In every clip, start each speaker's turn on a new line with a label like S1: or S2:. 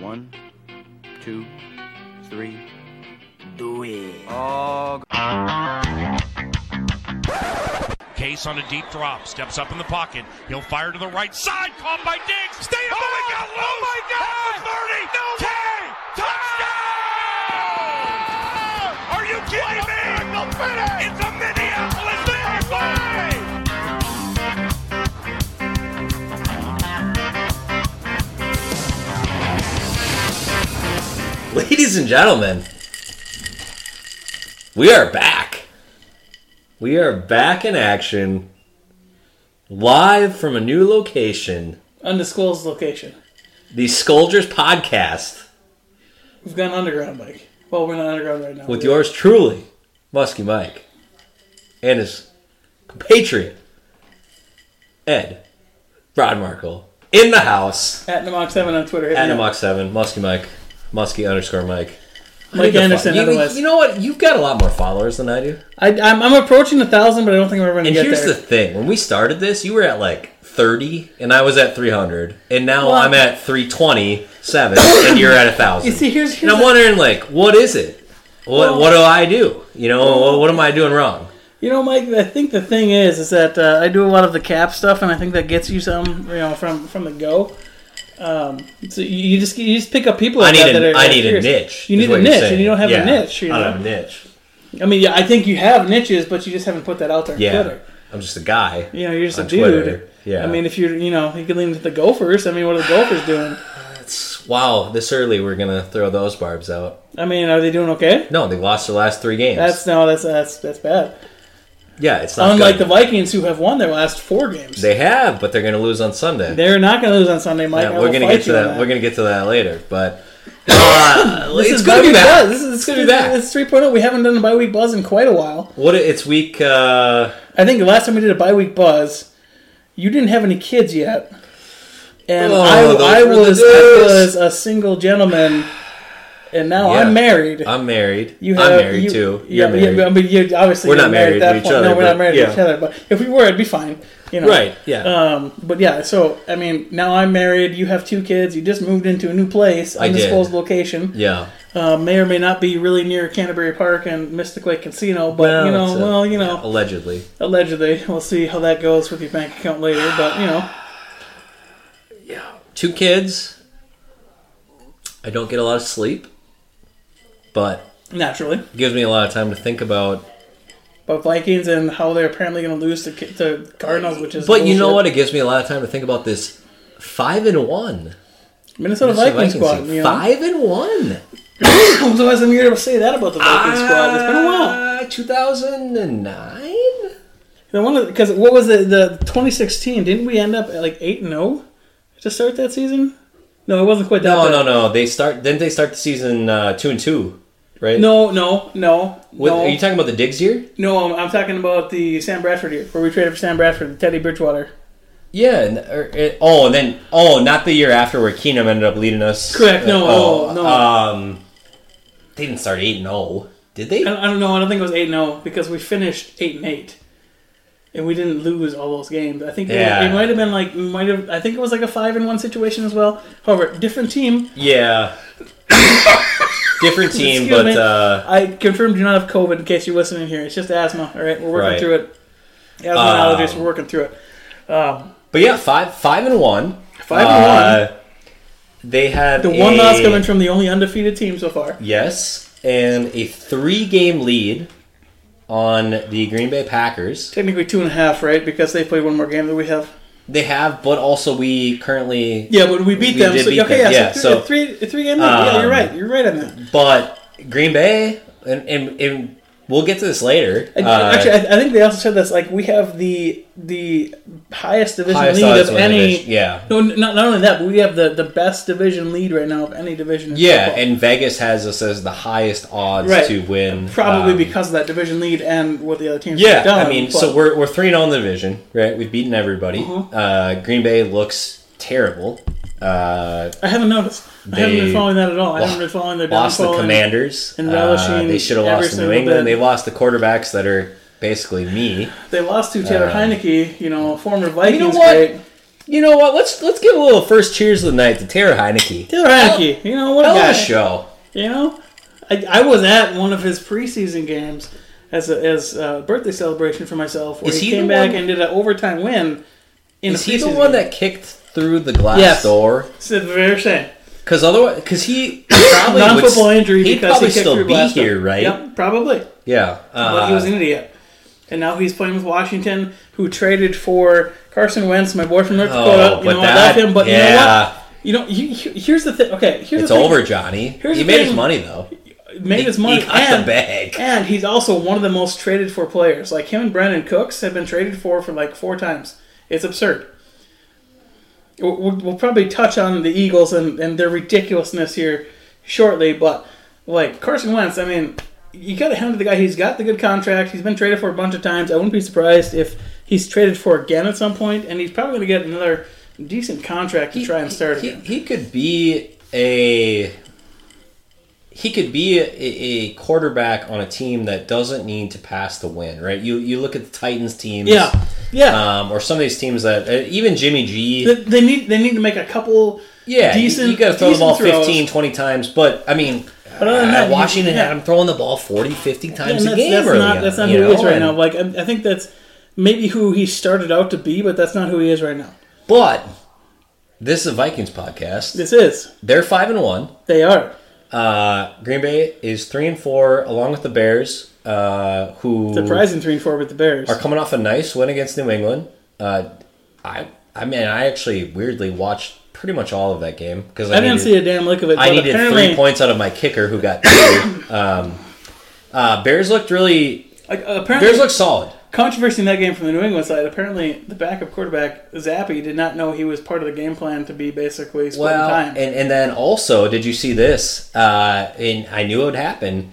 S1: One, two, three.
S2: Do it.
S1: Oh.
S3: Case on a deep drop, steps up in the pocket. He'll fire to the right side, caught by Diggs. Stay up. Oh, my God! Oh my God! 30. No way! Touchdown! Are you kidding me? It's a Minneapolis miracle!
S4: Ladies and gentlemen, we are back. We are back in action, live from a new location,
S5: Undisclosed location.
S4: the Scolders Podcast,
S5: We've got an underground bike. Well, we're not underground right now.
S4: with yours truly, Muskie Mike, and his compatriot, Ed Rodmarkle, in the house,
S5: at Namok7 on Twitter. Hit me up.
S4: Adamock7, Muskie Mike, Muskie underscore Mike.
S5: Mike Anderson,
S4: You-
S5: otherwise.
S4: you know what? You've got a lot more followers than I do.
S5: I, I'm, I'm approaching a thousand, but I don't think I'm ever going to
S4: And
S5: get
S4: here's the
S5: there.
S4: thing: when we started this, you were at like 30, and I was at 300, and now
S5: Well-
S4: I'm at 327, and you're at a thousand.
S5: you see, here's, here's
S4: and I'm
S5: the-
S4: wondering, like, what is it? What
S5: Well-
S4: what do I do? You know, what, what am I doing wrong?
S5: you know, Mike. I think the thing is, is that uh, I do a lot of the cap stuff, and I think that gets you some, you know, from from the go. Um, so you, you just you just pick up people.
S4: I
S5: like
S4: need
S5: that
S4: a
S5: that are-
S4: I
S5: that are
S4: need a
S5: curious.
S4: niche.
S5: You
S4: is
S5: need
S4: what
S5: a
S4: you're
S5: niche,
S4: saying.
S5: and you don't have
S4: Yeah,
S5: a niche. You
S4: I don't
S5: know?
S4: have a niche.
S5: I mean, yeah, I think you have niches, but you just haven't put that out there on
S4: Yeah,
S5: Twitter.
S4: I'm just a guy.
S5: You know, you're just
S4: On
S5: a dude.
S4: Twitter, yeah.
S5: I mean, if you're, you know, you could lean to the Gophers. I mean, what are the Gophers doing?
S4: Wow, this early we're gonna throw those barbs out.
S5: I mean, are they doing okay?
S4: No, they lost their last three games.
S5: That's no, that's that's that's bad.
S4: yeah, it's not
S5: Unlike
S4: good.
S5: the Vikings, who have won their last four games,
S4: they have, but they're gonna lose on Sunday.
S5: they, are not going to lose on Sunday, Mike.
S4: Yeah,
S5: I
S4: we're
S5: will
S4: gonna
S5: fight
S4: get to
S5: you on
S4: that. We're gonna get to that later, but
S5: This
S4: it's
S5: is
S4: gonna be
S5: buzz.
S4: back.
S5: This is it's
S4: gonna be back.
S5: It's 3.0. We haven't done a bye week buzz in quite a while.
S4: what it's week. Uh,
S5: I think the last time we did a bye week buzz, you didn't have any kids yet, and
S4: Oh, those
S5: I, I
S4: were the
S5: was I
S4: days.
S5: was a single gentleman, and now
S4: Yeah.
S5: I'm married.
S4: I'm married.
S5: You
S4: I'm
S5: have-
S4: married
S5: you-
S4: too.
S5: Yeah,
S4: You're
S5: but,
S4: married.
S5: yeah, but I mean, you, obviously
S4: We're
S5: you're
S4: not
S5: married
S4: married
S5: at
S4: to
S5: that
S4: each
S5: point.
S4: other,
S5: no, we're
S4: but-
S5: not married to
S4: yeah.
S5: each other. But if we were, it'd be fine. You know.
S4: right. Yeah.
S5: Um, but yeah, so I mean, now I'm married. You have two kids. You just moved into a new place,
S4: I did.
S5: undisclosed location.
S4: yeah.
S5: Uh, may or may not be really near Canterbury Park and Mystic Lake Casino, but
S4: Well,
S5: you know,
S4: it's a-
S5: well, you know,
S4: yeah, allegedly.
S5: allegedly, we'll see how that goes with your bank account later. But you know,
S4: Two kids. I don't get a lot of sleep, but
S5: naturally,
S4: it gives me a lot of time to think about.
S5: but Vikings and how they're apparently going to lose to, Ca- to Cardinals, which is
S4: But you know
S5: bullshit.
S4: what? It gives me a lot of time to think about this five and one. Minnesota
S5: Minnesota, Vikings
S4: Vikings
S5: squad.
S4: team.
S5: You know?
S4: Five and one.
S5: When's the last time you heard us say that about the Vikings squad? It's been a
S4: Ah,
S5: while.
S4: Two thousand and nine.
S5: The one because what was the the 2016? Didn't we end up at like eight and zero to start that season? No, it wasn't quite that.
S4: No,
S5: bad.
S4: no, no. They start. Didn't they start the season uh, two and two? Right.
S5: no, no, no,
S4: What,
S5: no.
S4: Are you talking about the Diggs year?
S5: no, I'm, I'm talking about the Sam Bradford year where we traded for Sam Bradford, Teddy Bridgewater.
S4: Yeah. And,
S5: er,
S4: or, uh, oh, and then oh, not the year after where Keenum ended up leading us.
S5: Correct, no,
S4: Uh,
S5: oh, no.
S4: Um, they didn't start eight and zero, did they?
S5: I don't, I don't know. I don't think it was eight and zero because we finished eight and eight, and we didn't lose all those games. I think
S4: Yeah.
S5: it, it might have been like we might have. I think it was like a five and one situation as well. However, different team.
S4: Yeah. Different team,
S5: Excuse
S4: but
S5: me.
S4: uh,
S5: I confirmed do not have COVID in case you're listening here. It's just asthma. All right, we're working
S4: Right.
S5: through it. Asthma
S4: Um,
S5: and allergies. We're working through it.
S4: but yeah, five five and one.
S5: Five
S4: one.
S5: and
S4: They had
S5: The
S4: a,
S5: one loss coming from the only undefeated team so far.
S4: Yes, and a three game lead on the Green Bay Packers.
S5: Technically two and a half, right? Because they played one more game than we have.
S4: They have, but also we currently.
S5: Yeah, but we beat
S4: We
S5: them.
S4: did
S5: so,
S4: beat
S5: okay,
S4: them,
S5: yeah,
S4: yeah,
S5: so
S4: so-
S5: three, a three, a three game. lead. yeah, you're
S4: Um,
S5: right. You're right on that.
S4: But Green Bay, and, and, and we'll get to this later.
S5: I-
S4: uh,
S5: Actually, I, I think they also said this. Like we have the the highest division
S4: highest
S5: lead
S4: odds
S5: of
S4: to win the
S5: any.
S4: division. Yeah.
S5: No, not, not only that, but we have the, the best division lead right now of any division. In
S4: Yeah,
S5: football.
S4: and Vegas has us as the highest odds
S5: Right.
S4: to win.
S5: probably
S4: um,
S5: because of that division lead and what the other teams.
S4: Yeah,
S5: have done,
S4: I mean,
S5: but- Uh-huh.
S4: so we're we're three and zero in the division, right? We've beaten everybody. Uh, Green Bay looks terrible. Uh,
S5: I haven't noticed. I haven't been
S4: They
S5: following that at all. I haven't
S4: lo-
S5: been following their
S4: lost the
S5: downfall. and-
S4: Commanders.
S5: and
S4: Uh,
S5: relishing
S4: they should have
S5: every
S4: lost to New
S5: single
S4: England.
S5: bit.
S4: They lost the quarterbacks that are basically me.
S5: They lost to Taylor Heineke, you know, former Vikings.
S4: what?
S5: great.
S4: You know what? Let's let's give a little first cheers of the night to Tara Heineke.
S5: Taylor Hanke, you know what a
S4: Hell of
S5: guy.
S4: a show.
S5: You know, I, I was at one of his preseason games as a as a birthday celebration for myself, where
S4: Is
S5: he,
S4: he
S5: came
S4: the
S5: back
S4: one-
S5: and did an overtime win. In
S4: Is
S5: a
S4: he the
S5: preseason
S4: one
S5: game.
S4: that kicked through the glass
S5: Yes.
S4: door?
S5: It's the very same
S4: Because otherwise, because he probably would-
S5: non-football injury?
S4: He'd
S5: because
S4: probably
S5: he kicked
S4: still
S5: through
S4: be
S5: glass door.
S4: here, right?
S5: Yep, probably.
S4: Yeah. Uh,
S5: but he was an idiot. And now he's playing with Washington, who traded for Carson Wentz, my boy from North
S4: Oh,
S5: Dakota. You
S4: but
S5: know,
S4: that-
S5: I love him, but
S4: yeah.
S5: you know what? You know, you, you- here's the thing. Okay, here's
S4: it's
S5: the thing.
S4: over, Johnny.
S5: Here's
S4: he
S5: the
S4: made
S5: thing.
S4: his money though.
S5: Made
S4: He-
S5: his money
S4: he got
S5: and
S4: the bag.
S5: and he's also one of the most traded for players. Like him and Brandon Cooks have been traded for for like four times. It's absurd. We'll, we'll we'll probably touch on the Eagles and, and their ridiculousness here shortly, but like Carson Wentz, I mean, you got to hand to the guy. He's got the good contract. He's been traded for a bunch of times. I wouldn't be surprised if he's traded for again at some point, and he's probably going to get another decent contract to try and start
S4: He,
S5: again.
S4: he could be a. He could be a, a quarterback on a team that doesn't need to pass to win, right? You you look at the Titans teams,
S5: Yeah, yeah.
S4: um, or some of these teams that uh, even Jimmy G,
S5: They- they need they need to make a couple.
S4: yeah, you-
S5: decent-
S4: you got to throw the
S5: decent
S4: ball
S5: throws.
S4: 15, 20 times, but I mean,
S5: But other than
S4: uh,
S5: that, you-
S4: Washington
S5: yeah.
S4: had him throwing the ball 40, 50 times
S5: And
S4: a game.
S5: that's
S4: early
S5: not
S4: on,
S5: that's not
S4: you
S5: who
S4: know,
S5: he is right
S4: and-
S5: now. Like I, I think that's maybe who he started out to be, but that's not who he is right now.
S4: But this is a Vikings podcast.
S5: This is
S4: They're five and one.
S5: they are.
S4: Uh, Green Bay is three and four, along with the Bears, uh, who
S5: Surprising three and four with the Bears.
S4: are coming off a nice win against New England. Uh, I, I mean, I actually weirdly watched pretty much all of that game because I,
S5: I didn't
S4: needed,
S5: see a damn lick of it.
S4: I
S5: but
S4: needed
S5: apparently,
S4: three points out of my kicker who got. um, uh, Bears looked really.
S5: like, apparently,
S4: Bears looked solid.
S5: controversy in that game from the New England side. Apparently, the backup quarterback Zappy did not know he was part of the game plan to be basically splitting
S4: Well,
S5: time.
S4: and and then also, did you see this? Uh, and I knew it would happen.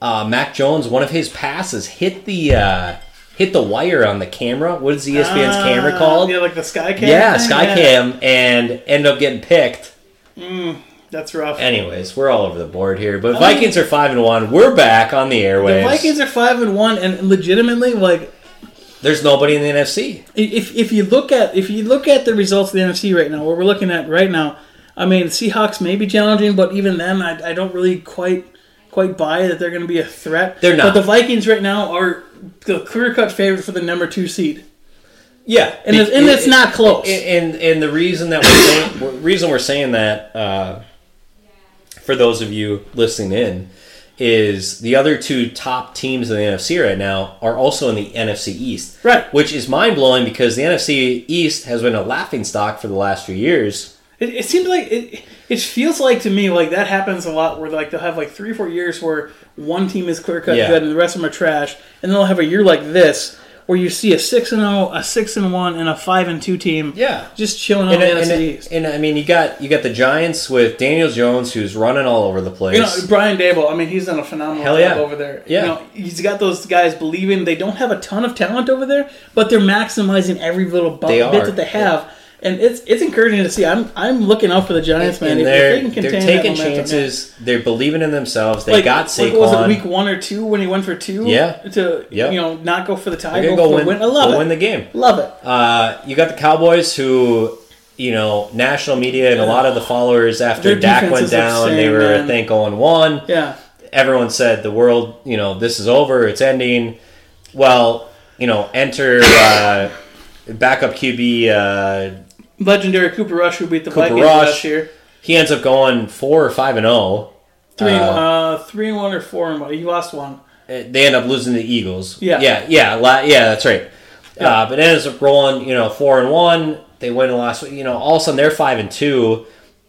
S4: Uh, Mac Jones, one of his passes hit the uh, hit the wire on the camera. What is E ESPN's
S5: Ah,
S4: camera called?
S5: Yeah,
S4: Yeah,
S5: like the sky cam. thing?
S4: Sky Cam, and end up getting picked.
S5: That's rough.
S4: Anyways, we're all over the board here, but Vikings are five and one. We're back on the
S5: the
S4: airwaves.
S5: Vikings are five and one, and legitimately, like
S4: There's nobody in the NFC.
S5: if if you look at if you look at the results of the NFC right now, what we're looking at right now, I mean, Seahawks may be challenging, but even then, I, I don't really quite quite buy that they're going to be a threat.
S4: They're not.
S5: But the Vikings right now are the clear cut favorite for the number two seed.
S4: Yeah,
S5: And it's- and it's not close.
S4: And, and and the reason that we're saying, reason we're saying that uh, for those of you listening in is the other two top teams in the NFC right now are also in the NFC East,
S5: Right.
S4: Which is mind blowing because the NFC East has been a laughing stock for the last few years.
S5: It, it seems like it. It feels like to me like that happens a lot, where like they'll have like three or four years where one team is clear cut
S4: Yeah.
S5: good and the rest of them are trash, and they'll have a year like this where you see a six and zero, a six and one, and a five and two team.
S4: Yeah.
S5: just chilling on
S4: And,
S5: Oh, the
S4: and-
S5: NFC
S4: and-
S5: East.
S4: and, I mean, you got you got the Giants with Daniel Jones, who's running all over the place.
S5: You know, Brian Dable, I mean, he's done a phenomenal
S4: Hell
S5: job
S4: yeah.
S5: over there.
S4: Yeah.
S5: You know, he's got those guys believing they don't have a ton of talent over there, but they're maximizing every little bu-
S4: They
S5: bit
S4: are.
S5: that they have. And it's it's encouraging to see. I'm I'm looking out for the Giants, man.
S4: and
S5: If- if
S4: they're,
S5: they can
S4: they're
S5: contain that
S4: taking
S5: momentum, yeah.
S4: chances. They're believing in themselves. They
S5: Like,
S4: got
S5: like,
S4: Saquon.
S5: what was it week one or two when he went for two?
S4: Yeah.
S5: To
S4: Yep.
S5: you know not go for the tie,
S4: They're
S5: go,
S4: gonna go
S5: for
S4: win,
S5: the win. I love
S4: go
S5: it.
S4: win the game.
S5: love it.
S4: Uh, you got the Cowboys who, you know, national media and a lot of the followers after
S5: Their
S4: Dak
S5: defense
S4: went
S5: is the
S4: down, they
S5: same,
S4: were
S5: man.
S4: I think on one.
S5: Yeah.
S4: Everyone said the world, you know, this is over, it's ending. Well, you know, enter uh, backup QB. Uh,
S5: Legendary Cooper Rush who beat the Vikings
S4: Rush.
S5: last year.
S4: he ends up going four or five and zero.
S5: Three and,
S4: Uh,
S5: uh, three and one or four and one. He lost one.
S4: Uh, They end up losing to the Eagles.
S5: Yeah.
S4: yeah, yeah, la- yeah. That's right. Uh, but it ends up rolling, you know, four and one. They win the last, you know, all of a sudden they're five and two.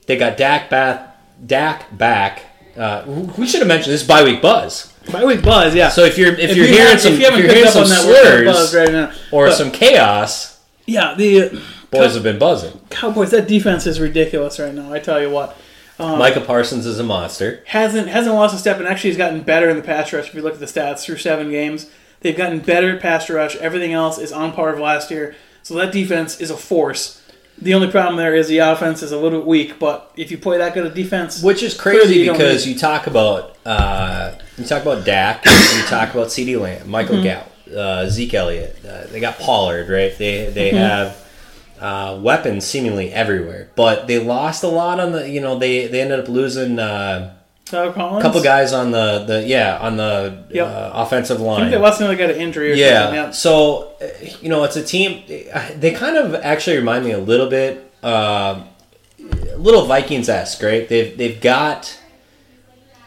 S4: They got Dak back. Dak back. Uh, we should have mentioned this is bye week buzz.
S5: By week buzz, yeah.
S4: So if you're if, you're
S5: you
S4: hearing
S5: haven't-
S4: some
S5: if
S4: if,
S5: you haven't
S4: you are
S5: picked
S4: hearing
S5: up
S4: some
S5: on that, we're gonna
S4: slurs
S5: buzz right now.
S4: or
S5: But,
S4: some chaos,
S5: yeah, the
S4: boys have been buzzing.
S5: Cowboys that defense is ridiculous right now. I tell you what,
S4: Micah Parsons is a monster.
S5: hasn't hasn't lost a step and actually has gotten better in the pass rush. If you look at the stats through seven games, they've gotten better at pass rush. Everything else is on par of last year. So that defense is a force. The only problem there is the offense is a little bit weak. But if you play that good a defense,
S4: Which is
S5: Clearly
S4: crazy
S5: you don't
S4: because
S5: need-
S4: you talk about uh, you talk about Dak, you talk about C.D.
S5: Mm-hmm. Mm-hmm.
S4: Lamb, Michael Gallup, uh, Zeke Elliott. Uh, they got Pollard, right? They they have uh, weapons seemingly everywhere. But they lost a lot on the, you know, they, they ended up losing uh,
S5: Tyler Collins.
S4: a couple guys on the, the yeah, on the
S5: Yep.
S4: uh, offensive line.
S5: I think they lost another guy to injury. Or
S4: Yeah.
S5: Something. yeah.
S4: So, uh, you know, it's a team. They kind of actually remind me a little bit, uh, a little Vikings esque, right? They've they've got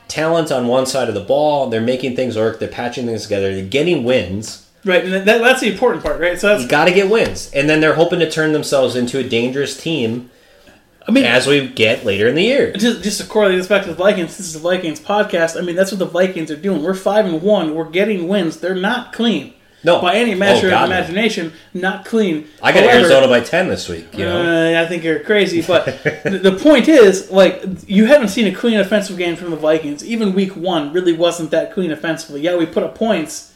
S4: talent on one side of the ball. They're making things work. They're patching things together. They're getting wins.
S5: Right, and that, that's the important part, right? So
S4: You
S5: that's.
S4: got to get wins, and then they're hoping to turn themselves into a dangerous team
S5: I mean,
S4: as we get later in the year.
S5: just, just to correlate this back to the Vikings, this is the Vikings podcast. I mean, that's what the Vikings are doing. We're five and one. We're getting wins. They're not clean
S4: No,
S5: by any measure
S4: Oh, God,
S5: of
S4: no.
S5: imagination. Not clean.
S4: I got
S5: However-
S4: Arizona by ten this week. You know,
S5: Uh, I think you're crazy, but th- the point is, like, you haven't seen a clean offensive game from the Vikings. Even Week One really wasn't that clean offensively. Yeah, we put up points,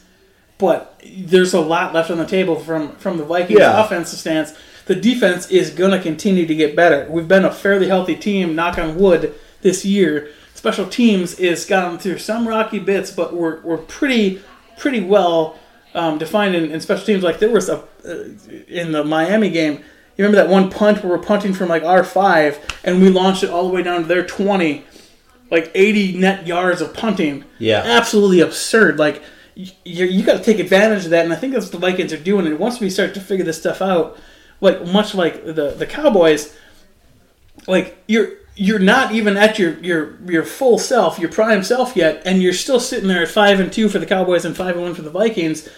S5: but there's a lot left on the table from from the Vikings'
S4: Yeah.
S5: offensive stance. The defense is gonna continue to get better. We've been a fairly healthy team, knock on wood, this year. Special teams is gotten through some rocky bits, but we're we're pretty pretty well um, defined in, in special teams. Like there was a uh, in the Miami game. You remember that one punt where we're punting from like our five, and we launched it all the way down to their twenty, like eighty net yards of punting.
S4: Yeah.
S5: absolutely absurd. Like you, you got to take advantage of that, and I think that's what the Vikings are doing. And once we start to figure this stuff out, like much like the the Cowboys, like you're. You're not even at your, your your full self, your prime self yet, and you're still sitting there at five and two for the Cowboys and five and one for the Vikings.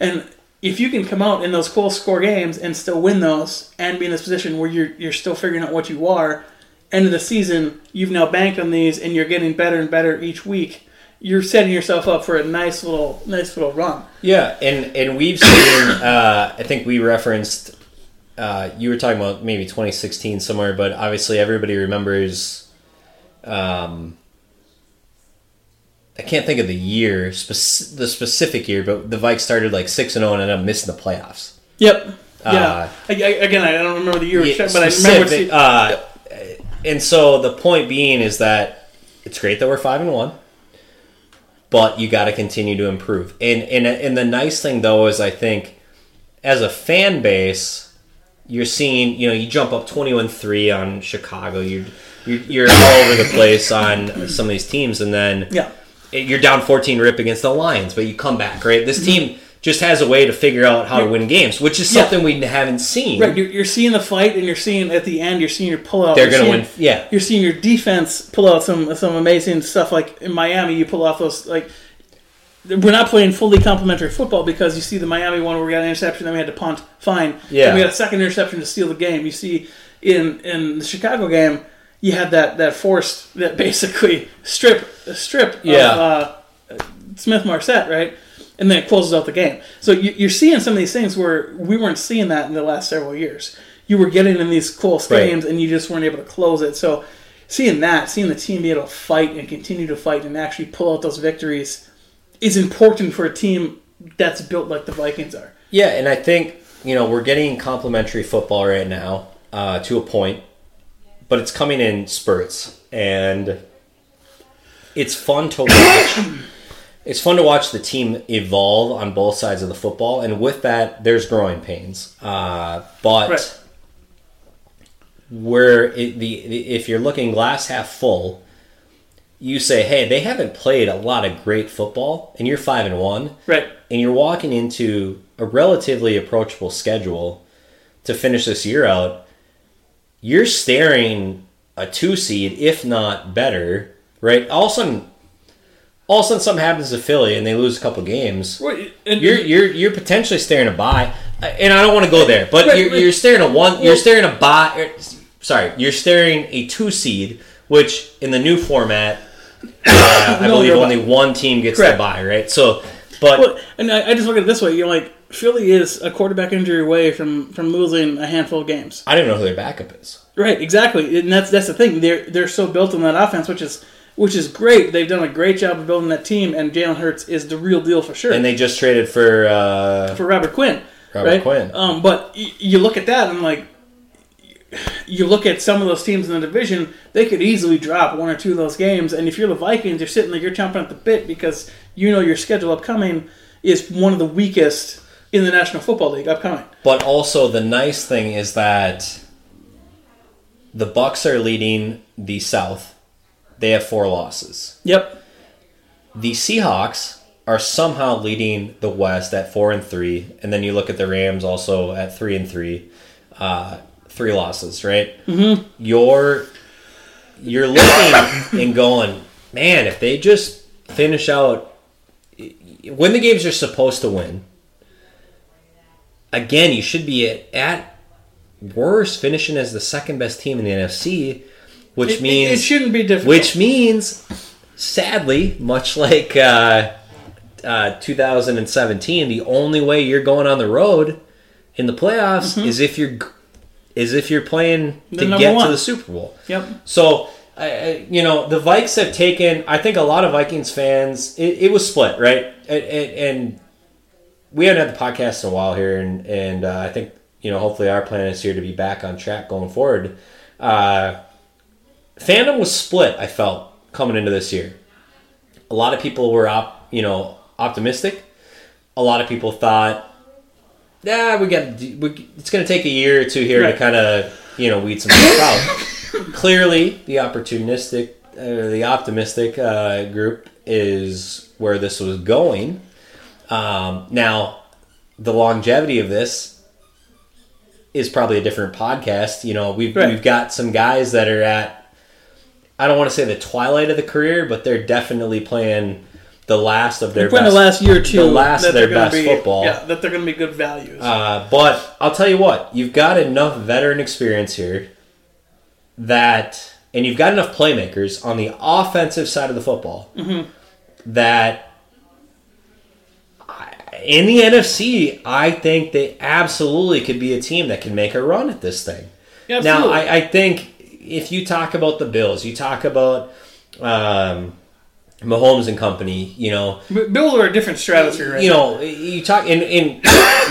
S5: And if you can come out in those close score games and still win those and be in this position where you're you're still figuring out what you are, end of the season, you've now banked on these and you're getting better and better each week. You're setting yourself up for a nice little nice little run.
S4: Yeah, and and we've seen. uh, I think we referenced. Uh, you were talking about maybe 2016 somewhere, but obviously everybody remembers. Um, I can't think of the year, spec- the specific year, but the Vikes started like six and zero and ended up missing the playoffs.
S5: Yep.
S4: Uh,
S5: Yeah. I, I, again, I don't remember the year,
S4: Yeah,
S5: but I remember.
S4: specific-
S5: see-
S4: uh, and so the point being is that it's great that we're five and one, but you got to continue to improve. And and and the nice thing though is I think as a fan base, you're seeing you know you jump up 21-3 on Chicago. You you're, you're all over the place on some of these teams, and then
S5: yeah.
S4: you're down 14 rip against the Lions, but you come back right. This team. Just has a way to figure out how to win games, which is
S5: Mm-hmm. Yeah.
S4: something we haven't seen.
S5: Right, you're, you're seeing the fight, and you're seeing at the end, you're seeing your pullout.
S4: They're
S5: you're
S4: gonna
S5: seeing-
S4: win- yeah.
S5: you're seeing your defense pull out some some amazing stuff. Like in Miami, you pull off those like we're not playing fully complementary football because you see the Miami one where we got an interception, then we had to punt. Fine,
S4: Yeah.
S5: Then we got a second interception to steal the game. You see in in the Chicago game, you had that that forced that basically strip strip
S4: Yeah.
S5: of, uh, Smith Marset, right? And then it closes out the game. So you, you're seeing some of these things where we weren't seeing that in the last several years. You were getting in these close
S4: Right.
S5: games and you just weren't able to close it. So seeing that, seeing the team be able to fight and continue to fight and actually pull out those victories is important for a team that's built like the Vikings are.
S4: Yeah, and I think you know we're getting complimentary football right now uh, to a point, but it's coming in spurts, and it's fun to watch. it's fun to watch the team evolve on both sides of the football, and with that, there's growing pains. Uh, but
S5: Right.
S4: where it, the, the if you're looking glass half full, you say, hey, they haven't played a lot of great football, and you're five and one
S5: Right.
S4: and you're walking into a relatively approachable schedule to finish this year out, you're staring a two seed, if not better, right? All of a sudden, all of a sudden, something happens to Philly and they lose a couple games.
S5: And
S4: You're you're you're potentially staring a bye, and I don't want to go there, but
S5: Right,
S4: you're,
S5: right.
S4: you're staring a one. You're staring a bye. er, Sorry, you're staring a two seed, which in the new format, uh, I
S5: No,
S4: believe
S5: you're
S4: only one team gets the
S5: Correct.
S4: bye, right? So, but
S5: Well, and I, I just look at it this way: you're like Philly is a quarterback injury away from from losing a handful of games.
S4: I don't know who their backup is.
S5: Right, exactly, and that's that's the thing. They're they're so built on that offense, which is which is great. They've done a great job of building that team, and Jalen Hurts is the real deal for sure.
S4: And they just traded for uh,
S5: for Robert Quinn,
S4: Robert
S5: right?
S4: Quinn.
S5: Um, but y- you look at that, and like you look at some of those teams in the division, they could easily drop one or two of those games. And if you're the Vikings, you're sitting there, you're chomping at the bit because you know your schedule upcoming is one of the weakest in the National Football League upcoming.
S4: But also the nice thing is that the Bucks are leading the South. They have four losses.
S5: Yep.
S4: The Seahawks are somehow leading the West at four and three, and then you look at the Rams also at three and three, uh, three losses, right? Mm-hmm. You're you're looking and going, man. If they just finish out, win the games you're supposed to win. Again, you should be at, at worst finishing as the second best team in the NFC, which
S5: It, it-
S4: means
S5: it shouldn't be difficult.
S4: which means, sadly, much like uh, uh, 2017, the only way you're going on the road in the playoffs is if you're g- is if you're playing
S5: The
S4: to
S5: Mm-hmm. number
S4: get
S5: one.
S4: to the Super Bowl.
S5: Yep.
S4: So. I- I, you know the Vikes have taken. I think a lot of Vikings fans. It, it was split, right? And, and, and we haven't had the podcast in a while here, and and uh, I think you know hopefully our plan is here to be back on track going forward. Uh, fandom was split. I felt coming into this year. A lot of people were op, you know, optimistic. A lot of people thought, "Yeah, we got. We, it's going to take a year or two here to
S5: Right.
S4: kind of you know weed some stuff out." Clearly, the opportunistic, uh, the optimistic uh, group is where this was going. Um, now, the longevity of this is probably a different podcast. You know, we've
S5: Right.
S4: we've got some guys that are at I don't want to say the twilight of the career, but they're definitely playing the last of their
S5: When the
S4: best.
S5: last year or two,
S4: the last
S5: that
S4: of their
S5: they're gonna
S4: best
S5: be,
S4: football.
S5: Yeah, that they're going to be good values.
S4: Uh, but I'll tell you what, you've got enough veteran experience here that, and you've got enough playmakers on the offensive side of the football
S5: Mm-hmm.
S4: that I- in the NFC, I think they absolutely could be a team that can make a run at this thing.
S5: Yeah,
S4: Now,
S5: absolutely.
S4: I, I think if you talk about the Bills, you talk about um, Mahomes and company, you know,
S5: B- Bills are a different stratosphere, right?
S4: you know, you talk in in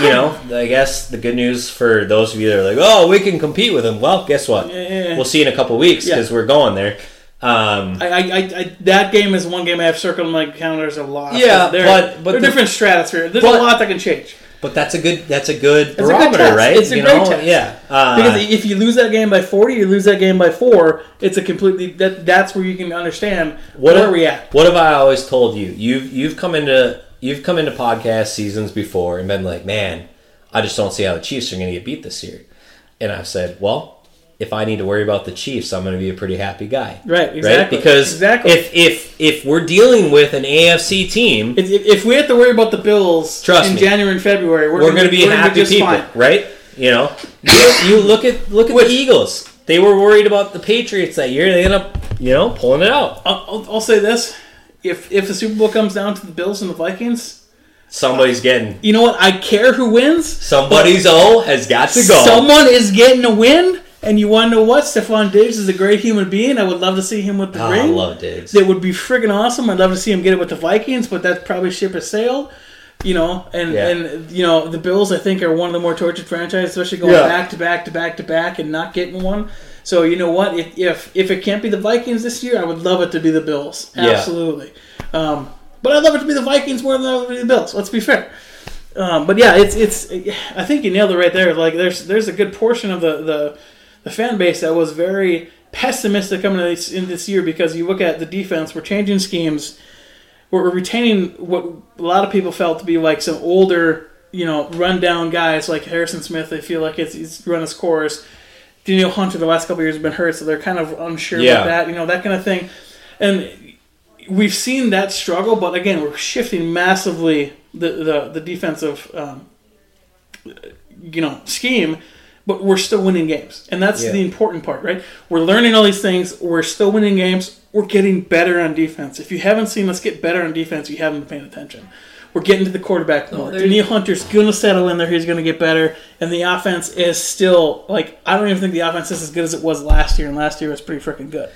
S4: you know, I guess the good news for those of you that are like, oh, we can compete with them. Well, guess what?
S5: yeah.
S4: We'll see in a couple weeks because we're going there. Um,
S5: I, I, I, I, that game is one game I have circled on my calendar as a lot.
S4: Yeah,
S5: they're,
S4: but- but
S5: they're
S4: the-
S5: different stratosphere. There's
S4: but-
S5: a lot that can change
S4: but that's a good that's a good
S5: good
S4: barometer,
S5: test.
S4: right?
S5: It's a
S4: you
S5: great
S4: know,
S5: test.
S4: yeah. Uh,
S5: because if you lose that game by forty, you lose that game by four. It's a completely that that's where you can understand
S4: what
S5: where
S4: have-
S5: we at.
S4: What have I always told you? You've you've come into you've come into podcast seasons before and been like, man, I just don't see how the Chiefs are going to get beat this year. And I've said, well, if I need to worry about the Chiefs, I'm going to be a pretty happy guy,
S5: Right, exactly.
S4: Because
S5: Exactly.
S4: if if if we're dealing with an AFC team,
S5: If, if if we have to worry about the Bills
S4: Trust
S5: in
S4: me.
S5: January and February, we're,
S4: we're
S5: going to
S4: be happy
S5: just
S4: people,
S5: fine.
S4: right? You know, you, you look at look at the Eagles. They were worried about the Patriots that year. They end up, you know, pulling it out.
S5: I'll, I'll, I'll say this: if if the Super Bowl comes down to the Bills and the Vikings,
S4: Somebody's getting
S5: you know what? I care who wins.
S4: somebody's O has got to go.
S5: Someone is getting a win, and you want to know what? Stephon Diggs is a great human being. I would love to see him with the
S4: Oh, I
S5: ring.
S4: love Diggs.
S5: That would be friggin' awesome. I'd love to see him get it with the Vikings, but that probably ship has sailed. You know, and
S4: Yeah.
S5: and you know the Bills, I think, are one of the more tortured franchises, especially going
S4: Yeah.
S5: back to back to back to back and not getting one. So you know what? If if, if it can't be the Vikings this year, I would love it to be the Bills.
S4: Yeah.
S5: Absolutely. Um, but I'd love it to be the Vikings more than I would be the Bills. Let's be fair. Um, but yeah, it's it's. I think you nailed it right there. Like there's there's a good portion of the the, the fan base that was very pessimistic coming into this, in this year because you look at the defense, we're changing schemes, we're, we're retaining what a lot of people felt to be like some older, you know, rundown guys like Harrison Smith. They feel like it's, it's run his course. Daniel Hunter the last couple of years have been hurt, so they're kind of unsure
S4: Yeah.
S5: about that, you know, that kind of thing. And we've seen that struggle, but again, we're shifting massively the the, the defensive, um, you know, scheme. But we're still winning games, and that's
S4: Yeah.
S5: the important part, right? We're learning all these things. We're still winning games. We're getting better on defense. If you haven't seen us get better on defense, you haven't been paying attention. We're getting to the quarterback more. Daniil Hunter's gonna settle in there. He's gonna get better, and the offense is still like I don't even think the offense is as good as it was last year, and last year was pretty freaking good.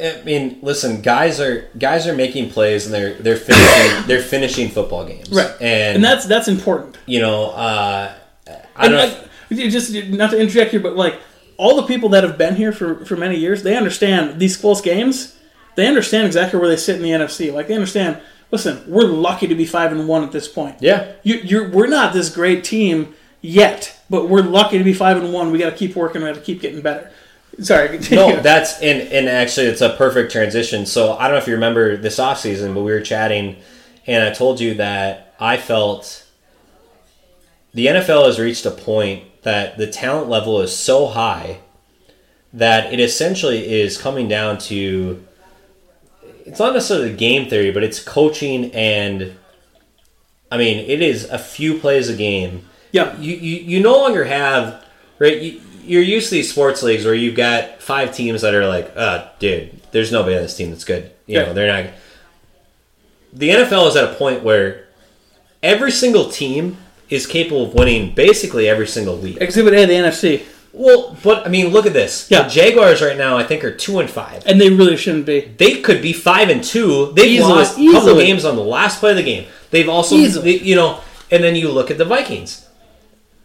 S4: I mean, listen, guys are guys are making plays and they're they're finishing they're finishing football games, And,
S5: and that's that's important.
S4: you know, uh, I
S5: And
S4: don't.
S5: I- you just not to interject here, but like all the people that have been here for for many years, they understand these close games. They understand exactly where they sit in the NFC. Like they understand listen, we're lucky to be five and one at this point.
S4: Yeah.
S5: You, you're we're not this great team yet, but we're lucky to be five and one. We got to keep working. We got to keep getting better. Sorry.
S4: No,
S5: continue.
S4: that's and and actually it's a perfect transition. So I don't know if you remember this off season, but we were chatting, and I told you that I felt the NFL has reached a point that the talent level is so high that it essentially is coming down to it's not necessarily game theory, but it's coaching and I mean it is a few plays a game
S5: yeah.
S4: you, you, you no longer have right you, you're used to these sports leagues where you've got five teams that are like uh dude there's nobody on this team that's good you
S5: Yeah.
S4: know they're not the nfl is at a point where every single team is capable of winning basically every single week
S5: Exhibit A, the NFC,
S4: well but i mean look at this
S5: Yeah.
S4: the jaguars right now i think are two and five
S5: and they really shouldn't be.
S4: they could be five and two. They've
S5: Easily,
S4: lost a couple
S5: easily.
S4: games on the last play of the game. They've also,
S5: Easily.
S4: they- you know, and then you look at the Vikings,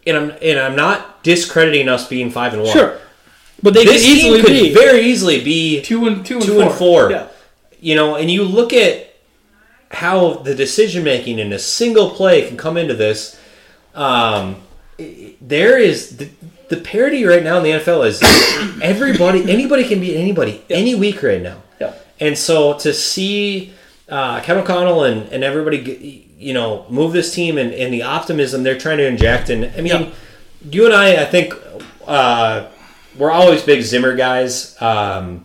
S4: and I'm and I'm not discrediting us being five and one.
S5: Sure, but they
S4: this
S5: could easily
S4: team could
S5: be
S4: very easily be
S5: two and two and
S4: two
S5: four.
S4: and four.
S5: Yeah.
S4: You know, and you look at how the decision making in a single play can come into this. Um, it- there is the, the parity right now in the NFL is everybody, anybody can beat anybody any week right now.
S5: Yeah.
S4: And so to see uh, Kevin O'Connell and, and everybody, get- you know, move this team and, and the optimism they're trying to inject. And I mean,
S5: Yeah.
S4: you and I, I think uh, we're always big Zimmer guys. Um,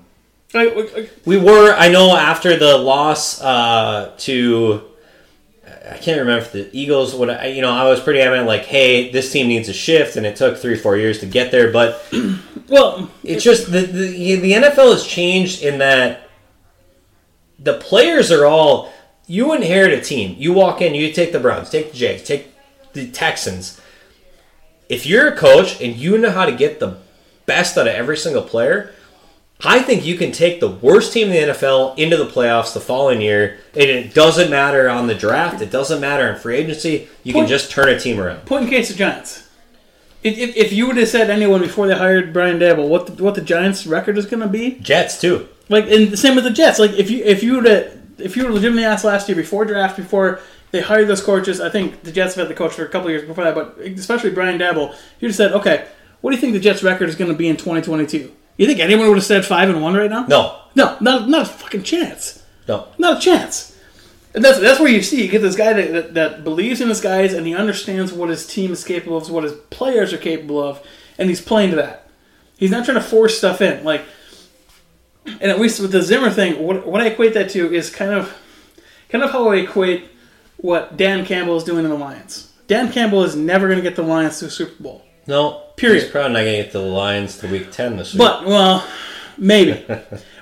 S5: Like, like, like,
S4: we were. I know after the loss uh, to, I can't remember if the Eagles. What I, you know, I was pretty adamant, like, hey, this team needs a shift, and it took three, four years to get there. But
S5: Well,
S4: it's just the the, the NFL has changed in that the players are all. You inherit a team. You walk in. You take the Browns. Take the Jags. Take the Texans. If you're a coach and you know how to get the best out of every single player, I think you can take the worst team in the NFL into the playoffs the following year, and it doesn't matter on the draft. It doesn't matter in free agency. You can
S5: Point-
S4: just turn a team around.
S5: point in case of Giants. If, if, if you would have said anyone before they hired Brian Dabble what the, what the Giants' record is going to be,
S4: Jets too.
S5: like and the same with the Jets. Like if you if you would have if you were legitimately asked last year before draft before they hired those coaches, I think the Jets have had the coach for a couple of years before that, but especially Brian Dabble, you'd have said, okay, what do you think the Jets' record is going to be in 2022? You think anyone would have said five and one right now?
S4: No,
S5: no, not not a fucking chance
S4: no.
S5: not a chance. And that's that's where you see you get this guy that, that, that believes in his guys and he understands what his team is capable of, what his players are capable of, and he's playing to that. He's not trying to force stuff in, like. And at least with the Zimmer thing, what, what I equate that to is kind of, kind of how I equate what Dan Campbell is doing in the Lions. Dan Campbell is never going to get the Lions to a Super Bowl.
S4: No,
S5: Period.
S4: He's probably not going to get the Lions to Week Ten this week.
S5: But well, maybe.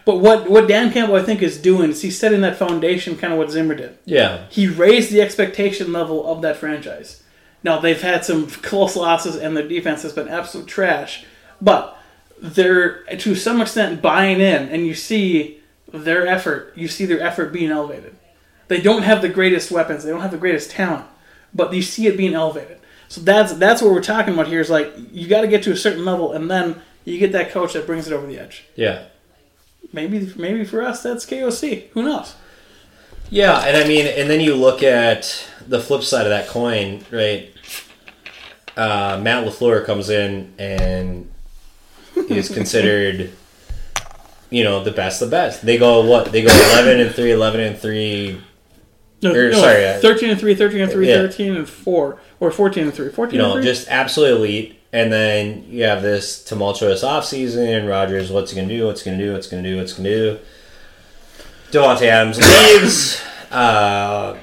S5: but what what Dan Campbell I think is doing is he's setting that foundation, kind of what Zimmer did.
S4: yeah,
S5: he raised the expectation level of that franchise. Now they've had some close losses and their defense has been absolute trash, but they're to some extent buying in, and you see their effort. You see their effort being elevated. They don't have the greatest weapons. They don't have the greatest talent, but you see it being elevated. So that's that's what we're talking about here. Is like you got to get to a certain level, and then you get that coach that brings it over the edge.
S4: yeah,
S5: Maybe maybe for us that's KOC. Who knows?
S4: yeah. And I mean, and then you look at the flip side of that coin, right? Uh, Matt Lafleur comes in and is considered, you know, the best. of The best. They go what? They go eleven and three, 11 and three.
S5: No,
S4: Or,
S5: no,
S4: sorry, uh,
S5: 13 and 3, 13 and 3,
S4: Yeah.
S5: 13 and 4, or 14 and 3. 14
S4: You know,
S5: and 3.
S4: just absolute elite. And then you have this tumultuous offseason. and Rodgers, what's he gonna do? What's he gonna do? What's he gonna do? What's he gonna do? Devontae Adams leaves. Uh,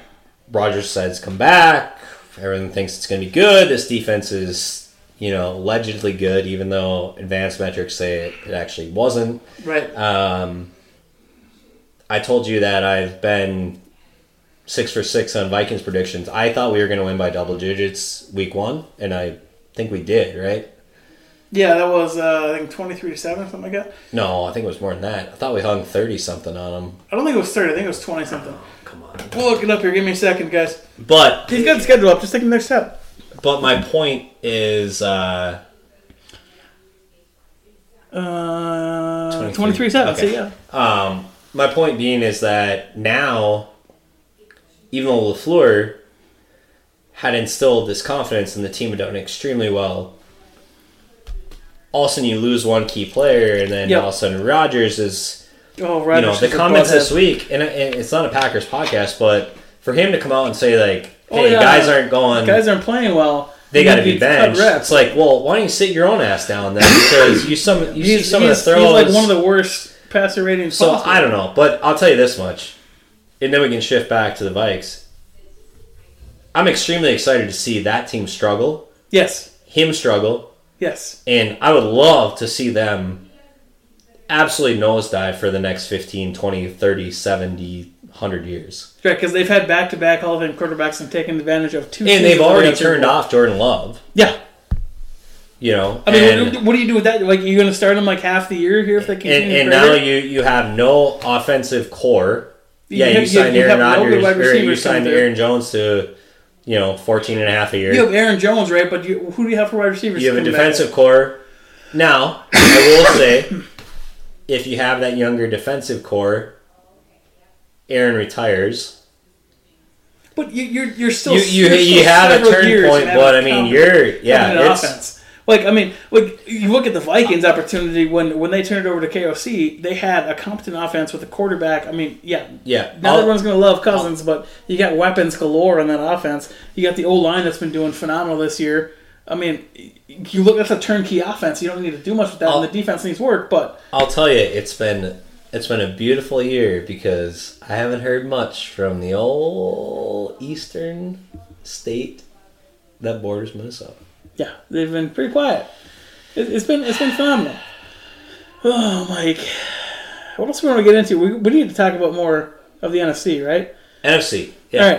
S4: Rodgers decides to come back. Everyone thinks it's going to be good. This defense is, you know, allegedly good, even though advanced metrics say it, it actually wasn't.
S5: right.
S4: Um, I told you that I've been six for six on Vikings predictions. I thought we were going to win by double digits week one, and I think we did, right?
S5: yeah, that was, uh, I think, 23 to 7, something like that.
S4: No, I think it was more than that. I thought we hung 30 something on them.
S5: I don't think it was 30. I think it was 20 something. Come on. We'll look it up here. Give me a second, guys.
S4: But
S5: He's got the schedule up. Just take the next step.
S4: but my point is uh,
S5: Uh,
S4: 23.
S5: 23 7.
S4: Okay.
S5: So, yeah.
S4: um, my point being is that now even though Lafleur had instilled this confidence and the team had done extremely well. All of a sudden, you lose one key player, and then
S5: Yep.
S4: all of a sudden, Rodgers is
S5: Oh, right.
S4: you know the comments this week, and it- and it's not a Packers podcast, but for him to come out and say like,
S5: Oh,
S4: "Hey,
S5: yeah.
S4: guys aren't going,
S5: Guys aren't playing well.
S4: they got to
S5: You
S4: be
S5: cut
S4: benched."
S5: reps.
S4: It's like, well, why don't you sit your own ass down then? Because you some you see
S5: he's,
S4: some
S5: he's,
S4: of the
S5: he's
S4: throws.
S5: like one of the worst passer ratings.
S4: so
S5: possible.
S4: I don't know, but I'll tell you this much, and then we can shift back to the Vikes. I'm extremely excited to see that team struggle,
S5: Yes.
S4: him struggle,
S5: Yes.
S4: and I would love to see them absolutely nosedive for the next 15, 20, 30, 70, 100 years.
S5: Right, because they've had back-to-back Hall of Fame quarterbacks and taken advantage of two.
S4: and
S5: seasons
S4: they've already
S5: of the-
S4: turned off Jordan Love.
S5: Yeah.
S4: You know,
S5: I mean,
S4: and,
S5: what, what do you do with that? Like, you're going to start them like half the year here if they continue.
S4: and, and
S5: to
S4: now
S5: hurt?
S4: you you have no offensive core. yeah,
S5: have-
S4: you, signed
S5: you have
S4: Aaron
S5: no good
S4: Rodgers
S5: wide
S4: or you
S5: receivers coming
S4: signed
S5: through.
S4: Aaron Jones to you know 14 and a half a year.
S5: You
S4: You
S5: have Aaron Jones, right? But you, who do you have for wide receivers?
S4: have, a
S5: coming back?
S4: defensive core. Now, I will say, if you have that younger defensive core, Aaron retires.
S5: but you, you're you're still
S4: You you,
S5: you're
S4: you
S5: still
S4: have a
S5: several
S4: turn
S5: years
S4: point,
S5: and
S4: but I
S5: haven't
S4: mean,
S5: come-
S4: you're yeah,
S5: come into offense. Like I mean, like you look at the Vikings' opportunity when when they turned it over to KOC, they had a competent offense with a quarterback. I mean, yeah,
S4: yeah.
S5: Not
S4: I'll-
S5: everyone's going to love Cousins, but you got weapons galore on that offense. You got the O line that's been doing phenomenal this year. I mean, you look at the turnkey offense. You don't need to do much with that,
S4: I'll-
S5: and the defense needs work. But
S4: I'll tell you, it's been it's been a beautiful year because I haven't heard much from the old eastern state that borders Minnesota.
S5: yeah, they've been pretty quiet. It, it's been it's been phenomenal. Oh, Mike, what else we want to get into? We, we need to talk about more of the NFC, right?
S4: NFC. Yeah.
S5: All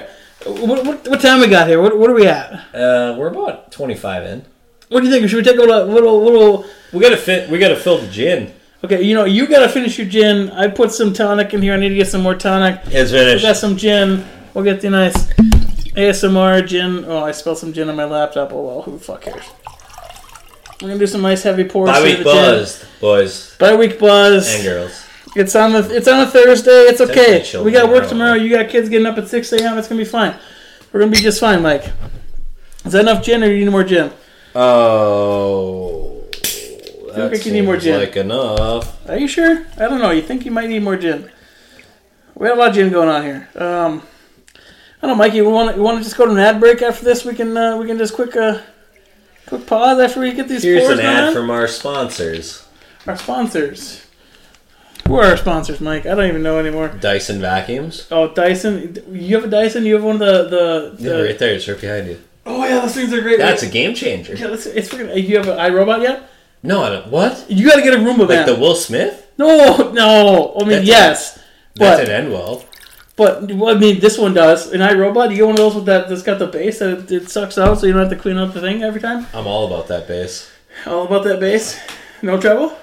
S5: right, what, what, what time we got here? What, what are we at?
S4: Uh, we're about twenty five in.
S5: What do you think? Should we take a little little little?
S4: We gotta fit. We gotta fill the gin.
S5: Okay, you know you gotta finish your gin. I put some tonic in here. I need to get some more tonic.
S4: It's
S5: We got
S4: finished.
S5: some gin. We'll get the nice ASMR gin. Oh, I spilled some gin on my laptop. Oh well, who the fuck cares? We're gonna do some nice heavy pours.
S4: Bye
S5: here
S4: week
S5: to
S4: buzzed, boys
S5: gin. Bye week buzz.
S4: and girls.
S5: It's on the. It's on a Thursday. It's okay.
S4: Definitely
S5: We got work
S4: children,
S5: tomorrow.
S4: probably.
S5: You got kids getting up at six a.m. It's gonna be fine. We're gonna be just fine, Mike. Is that enough gin, or you need more gin?
S4: Oh. That
S5: like you need more
S4: seems
S5: gin.
S4: Like enough.
S5: Are you sure? I don't know. You think you might need more gin? We had a lot of gin going on here. Um, I don't know, Mikey. We want to want to just go to an ad break after this. We can uh, we can just quick uh, quick pause after we get these
S4: Here's
S5: pours
S4: an ad
S5: on.
S4: from our sponsors,
S5: our sponsors. Who are our sponsors, Mike? I don't even know anymore.
S4: Dyson vacuums.
S5: Oh, Dyson. You have a Dyson. You have one of the the.
S4: Yeah,
S5: the
S4: right there. It's right behind you.
S5: Oh yeah, those things are great.
S4: That's a game changer.
S5: yeah, that's, it's freaking. You have an iRobot yet?
S4: No, I don't. What?
S5: You got to get a Roomba
S4: Like
S5: man.
S4: the Will Smith?
S5: no, no. I mean,
S4: That's a-
S5: yes.
S4: That
S5: But-
S4: didn't end well.
S5: But well, I mean, this one does. An iRobot, you get one of those with that that's got the base that it, it sucks out, so you don't have to clean up the thing every time.
S4: I'm all about that bass.
S5: All about that base, no trouble.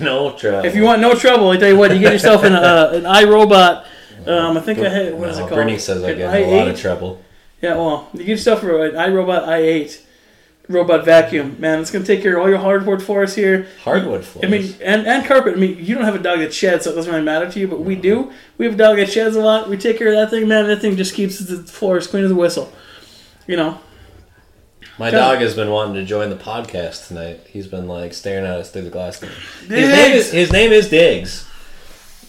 S4: No trouble.
S5: If you want no trouble, I tell you what, you get yourself an uh, an iRobot. Um, I think I had what is it
S4: no,
S5: called?
S4: Brittany says I
S5: An
S4: get in a lot of
S5: i8?
S4: trouble.
S5: Yeah, well, you get yourself a- an iRobot i8 robot vacuum. Man, it's gonna take care of all your hardwood floors here.
S4: Hardwood floors.
S5: I mean, and, and carpet. I mean, you don't have a dog that sheds, so it doesn't really matter to you, but we do. We have a dog that sheds a lot. We take care of that thing, man. That thing just keeps the floor as clean as a whistle. You know?
S4: my dog has been wanting to join the podcast tonight. He's been like staring at us through the glass. His name is, his name is Diggs.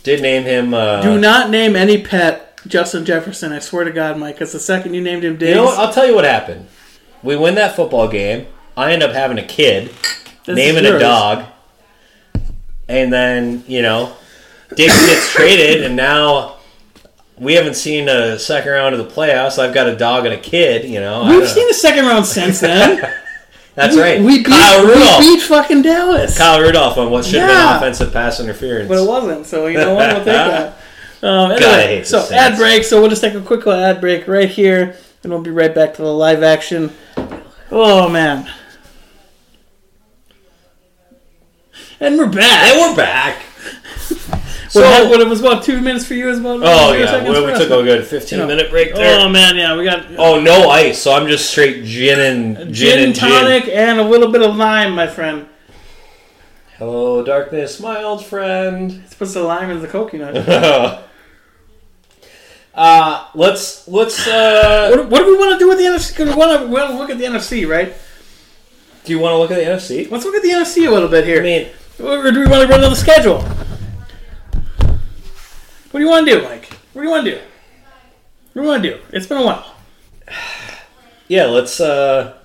S4: Did name him. Uh,
S5: Do not name any pet Justin Jefferson. I swear to God, Mike, because the second you named him Diggs,
S4: You know what? I'll tell you what happened. We win that football game. I end up having a kid,
S5: this
S4: naming a
S5: is yours.
S4: dog, and then you know, Diggs gets traded, and now. We haven't seen a second round of the playoffs. I've got a dog and a kid, you know. I
S5: We've
S4: don't know.
S5: seen the second round since then.
S4: That's right.
S5: we, beat,
S4: Kyle Rudolph.
S5: we beat fucking Dallas.
S4: Kyle Rudolph on what should have
S5: Yeah.
S4: been offensive pass interference.
S5: But it wasn't, so you know what? We'll take that. Um, anyway,
S4: God, I hate
S5: so
S4: the Saints.
S5: ad break. So we'll just take a quick little ad break right here, and we'll be right back to the live action. Oh man! And we're back.
S4: and we're back.
S5: so
S4: so-
S5: what it was about two minutes for you is about.
S4: Oh
S5: two
S4: yeah,
S5: seconds
S4: we,
S5: for
S4: we
S5: us.
S4: took a good fifteen minute break there.
S5: Oh man, yeah, we got
S4: oh no ice, so I'm just straight gin and gin,
S5: gin,
S4: and
S5: tonic
S4: Gin.
S5: and a little bit of lime, my friend.
S4: Hello, darkness, my old friend.
S5: It's supposed to lime in the coconut.
S4: uh, Uh, let's let's. Uh,
S5: What, what do we want to do with the NFC? 'Cause We want to well, look at the NFC, right?
S4: do you want to look at the NFC?
S5: Let's look at the NFC a little bit here.
S4: I mean,
S5: or do we want to run down the schedule? What do you want to do, Mike? What do you want to do? What do you want to do? It's been a while.
S4: yeah. Let's uh,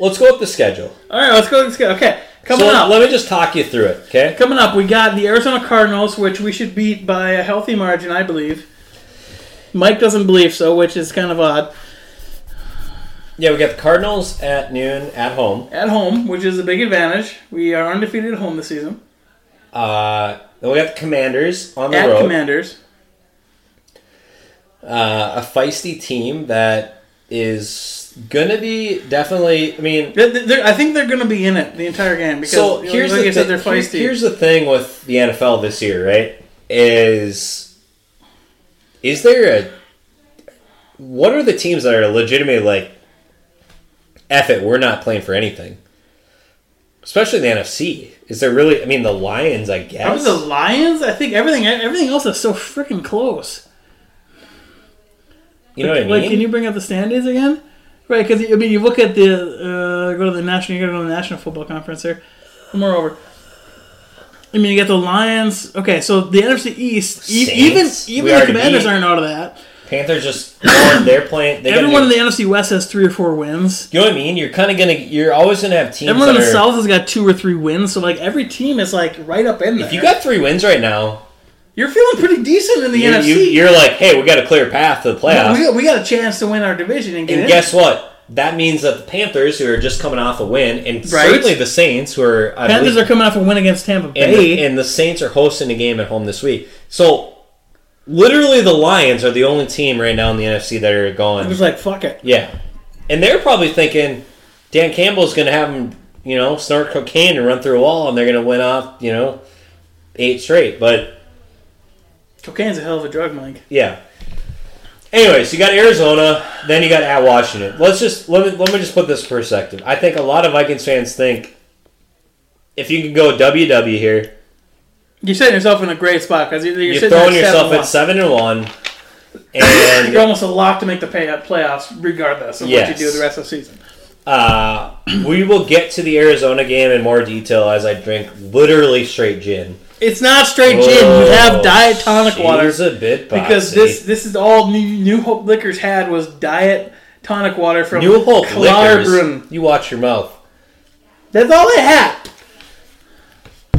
S4: let's go up the schedule.
S5: All right, let's go. Let's go. Okay, coming
S4: So
S5: up.
S4: let me just talk you through it, okay?
S5: Coming up, we got the Arizona Cardinals, which we should beat by a healthy margin, I believe. Mike doesn't believe so, which is kind of odd.
S4: Yeah, we got the Cardinals at noon at home.
S5: At home, which is a big advantage. We are undefeated at home this season.
S4: Uh, then we got the Commanders on the
S5: At
S4: road.
S5: Commanders.
S4: uh, a feisty team that is gonna be definitely. I mean,
S5: They're- they're- I think they're going to be in it the entire game because,
S4: so
S5: like
S4: here's
S5: I
S4: the
S5: said,
S4: thing.
S5: they're
S4: here-
S5: feisty.
S4: here's the thing with the NFL this year, right? Is is there a what are the teams that are legitimately like? F it, we're not playing for anything. Especially the NFC. Is there really? I mean, the Lions, I guess.
S5: Remember the Lions? I think everything everything else is so freaking close.
S4: you know what I
S5: like,
S4: mean?
S5: like, can you bring up the standings again? Right, because I mean, you look at the uh, go to the national, you gotta go to the National Football Conference here. Moreover, I mean, you get the Lions. Okay, so the NFC East, e- even
S4: Saints? We
S5: even the
S4: already
S5: Commanders
S4: beat.
S5: aren't out of that.
S4: Panthers just they're playing. They gotta
S5: Everyone
S4: do-
S5: in the NFC West has three or four wins.
S4: You know what I mean? You're kind of gonna. You're always gonna have teams.
S5: Everyone in
S4: that
S5: the
S4: are,
S5: South has got two or three wins. So like every team is like right up in there.
S4: If you got three wins right now,
S5: you're feeling pretty decent in the
S4: you,
S5: NFC.
S4: you, are like, hey, we got a clear path to the playoffs.
S5: we, got, we got a chance to win our division and get
S4: and
S5: in.
S4: guess what? That means that the Panthers, who are just coming off a win, and
S5: Right.
S4: certainly the Saints, who are I
S5: Panthers
S4: believe-
S5: are coming off a win against Tampa
S4: and,
S5: Bay.
S4: and the Saints are hosting a game at home this week. So literally, the Lions are the only team right now in the NFC that are
S5: I
S4: going.
S5: was like, fuck it.
S4: yeah, and they're probably thinking Dan Campbell's gonna have them, you know, snort cocaine and run through a wall, and they're gonna win off, you know, eight straight, but.
S5: Cocaine's a hell of a drug, Mike.
S4: Yeah. Anyways, you got Arizona, then you got at Washington. Let's just let me, let me just put this in perspective. I think a lot of Vikings fans think if you can go WW here,
S5: You're setting yourself in a great spot because you're, you're,
S4: you're,
S5: sitting
S4: throwing
S5: at
S4: yourself
S5: seven
S4: at seven and one, and
S5: You're almost a lock to make the pay- playoffs, regardless of what
S4: Yes.
S5: you do the rest of the season.
S4: uh, we will get to the Arizona game in more detail as I drink literally straight gin.
S5: It's not straight gin. We have
S4: Oh,
S5: diet tonic water
S4: she's a bit boxy.
S5: because this this is all New, New Hope Liquors had was diet tonic water from
S4: New Hope
S5: Klar
S4: Liquors.
S5: Brewing.
S4: You watch your mouth.
S5: That's all they had.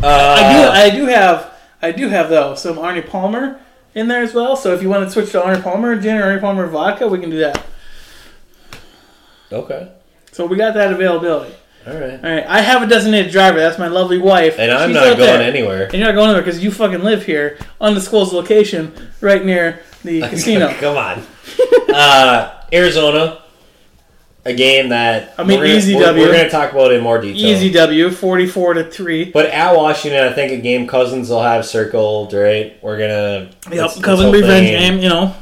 S4: Uh,
S5: I do I do have I do have though some Arnie Palmer in there as well. So if you want to switch to Arnie Palmer gin or Arnie Palmer vodka, we can do that.
S4: Uh, okay.
S5: So we got that availability.
S4: All right.
S5: All right, I have a designated driver. That's my lovely wife,
S4: And I'm
S5: She's
S4: not
S5: out
S4: going
S5: there.
S4: anywhere.
S5: And you're not going anywhere because you fucking live here, undisclosed location, right near the casino.
S4: Come on. uh, Arizona, a game that
S5: I mean,
S4: we're gonna,
S5: easy
S4: we're,
S5: W.
S4: We're going to talk about in more detail.
S5: Easy W, forty-four to three.
S4: But at Washington, I think a game Cousins will have circled. Right, we're gonna
S5: Yep,
S4: let's- let's
S5: cousin
S4: hope
S5: revenge
S4: they
S5: game. You know,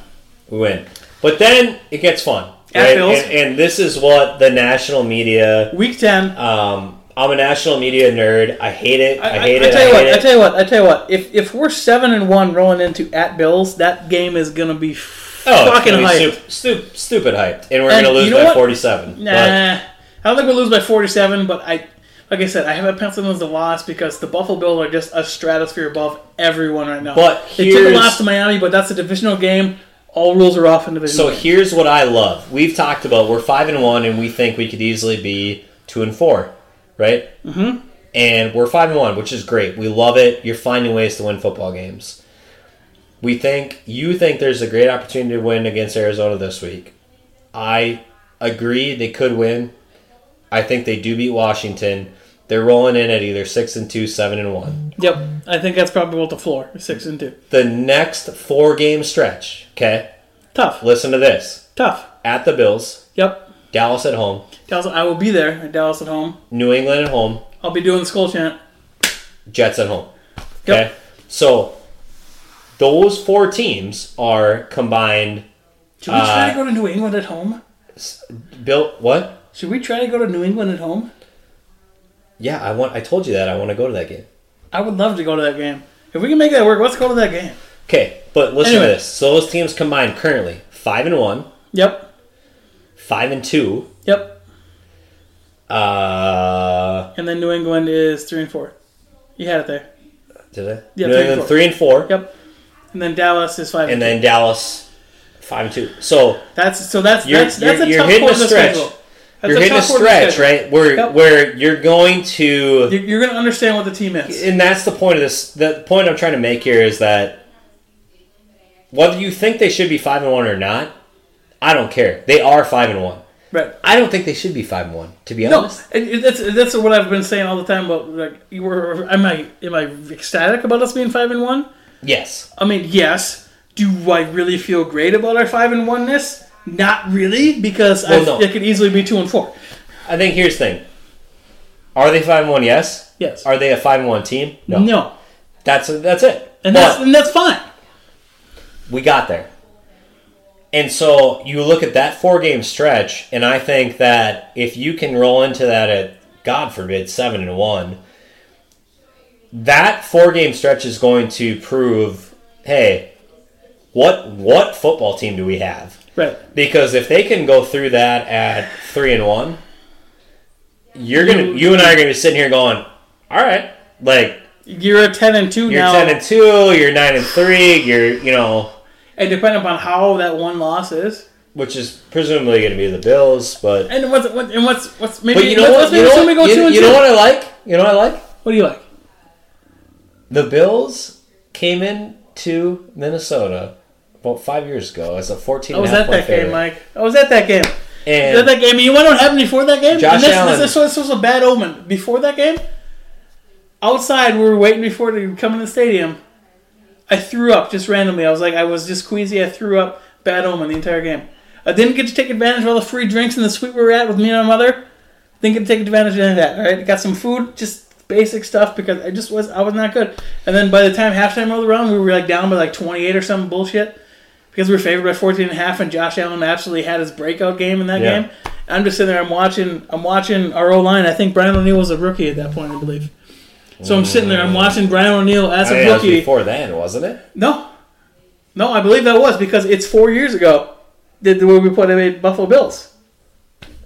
S4: We win, but then it gets fun.
S5: At
S4: right?
S5: Bills.
S4: And, and this is what the national media.
S5: week ten.
S4: Um, I'm a national media nerd. I hate it. I, hate
S5: I,
S4: it.
S5: tell you
S4: I
S5: what.
S4: hate
S5: I
S4: it.
S5: tell you what. I tell you what. If if we're seven and one rolling into at Bills, that game is gonna
S4: oh,
S5: be
S4: it's
S5: fucking
S4: gonna be
S5: hyped.
S4: Stup, stup, stupid hyped, and we're
S5: And
S4: gonna lose
S5: you know
S4: by
S5: what?
S4: 47.
S5: Nah,
S4: But-
S5: I don't think we'll lose by 47, but I, like I said, I have a pencil as a loss because the Buffalo Bills are just a stratosphere above everyone right now.
S4: But
S5: they took a
S4: here's-
S5: loss to Miami, but that's a divisional game. All rules are off in division.
S4: So here's what I love. We've talked about we're five and one, and we think we could easily be two and four, right? Mm-hmm. And we're five and one, which is great. We love it. You're finding ways to win football games. We think you think there's a great opportunity to win against Arizona this week. I agree they could win. I think they do beat Washington. They're rolling in at either six and two, seven and one
S5: yep, I think that's probably what the floor six and two.
S4: the next four game stretch. Okay,
S5: Tough,
S4: listen to this:
S5: tough.
S4: at the Bills,
S5: Yep,
S4: Dallas at home,
S5: Dallas. I will be there at Dallas at home.
S4: New England at home,
S5: I'll be doing the skull chant.
S4: Jets at home. Okay,
S5: Yep.
S4: so those four teams are combined.
S5: Should we try
S4: Uh,
S5: to go to New England at home?
S4: Bill, what?
S5: Should we try to go to New England at home?
S4: Yeah, I want. I told you that I want to go to that game.
S5: I would love to go to that game. If we can make that work, let's go to that game.
S4: Okay, but listen to
S5: Anyway.
S4: this. So those teams combined currently five and one,
S5: Yep.
S4: five and two.
S5: Yep.
S4: Uh,
S5: And then New England is three and four. You had it there.
S4: did I?
S5: Yeah,
S4: New
S5: three and
S4: England
S5: four.
S4: three and four,
S5: Yep. And then Dallas is five.
S4: and then Dallas five and two. So
S5: that's so that's
S4: You're-
S5: that's that's
S4: you're-
S5: a
S4: you're
S5: tough
S4: hitting
S5: part
S4: a
S5: of the
S4: stretch.
S5: schedule. That's
S4: you're hitting a
S5: tough part of the
S4: stretch,
S5: schedule.
S4: right? Where
S5: Yep.
S4: where you're going to
S5: You- You're going to understand what the team is.
S4: and that's the point of this. The point I'm trying to make here is that whether you think they should be five and one or not, I don't care. They are five and one.
S5: Right.
S4: I don't think they should be five and one. To be
S5: No,
S4: honest,
S5: and it- that's that's what I've been saying all the time. About like, you were am I am I ecstatic about us being five and one?
S4: yes,
S5: I mean, yes. Do I really feel great about our five and oneness? Not really, because I,
S4: Well, no.
S5: it could easily be two and four.
S4: I think here's the thing: Are they five and one? Yes.
S5: Yes.
S4: Are they a five and one team? No.
S5: no,
S4: That's that's it.
S5: and
S4: But
S5: that's and that's fine.
S4: we got there. And so you look at that four game stretch, and I think that if you can roll into that at God forbid seven and one, that four game stretch is going to prove, hey, what what football team do we have?
S5: Right.
S4: Because if they can go through that at three and one, you're gonna you and I are gonna be sitting here going, All right, like
S5: You're a ten and two
S4: you're
S5: now,
S4: ten and two, you're nine and three, you're you know
S5: and depending upon how that one loss is,
S4: which is presumably going to be the Bills, but
S5: and what's what, and what's what's maybe
S4: but you know
S5: let's,
S4: what? You
S5: let's
S4: know
S5: maybe
S4: what,
S5: assume we go two
S4: you,
S5: and
S4: you
S5: two.
S4: know what I like? You know what I like?
S5: What do you like?
S4: The Bills came in to Minnesota about five years ago as a 14
S5: I Oh, was
S4: and a half
S5: at that
S4: point favorite.
S5: game, Mike. I was at that game.
S4: And
S5: At that game, and you want to happen before that game?
S4: Josh
S5: and this,
S4: Allen.
S5: This, this, was- this was a bad omen. Before that game, outside we were waiting before to come in the stadium. I threw up just randomly. I was like, I was just queasy. I threw up. Bad omen the entire game. I didn't get to take advantage of all the free drinks and the suite we were at with me and my mother. Didn't get to take advantage of any of that. All right, got some food, just basic stuff because I just was I was not good. And then by the time halftime rolled around, we were like down by like 28 or some bullshit because we were favored by 14 and a half and Josh Allen absolutely had his breakout game in that
S4: Yeah.
S5: game. I'm just sitting there. I'm watching. I'm watching our O line. I think Brian O'Neill was a rookie at that point, I believe. So I'm sitting there. I'm watching Brian O'Neill as
S4: I
S5: a
S4: think that was
S5: rookie.
S4: Mm. before then, wasn't it?
S5: No, no, I believe that was because it's four years ago that the way we played the Buffalo Bills.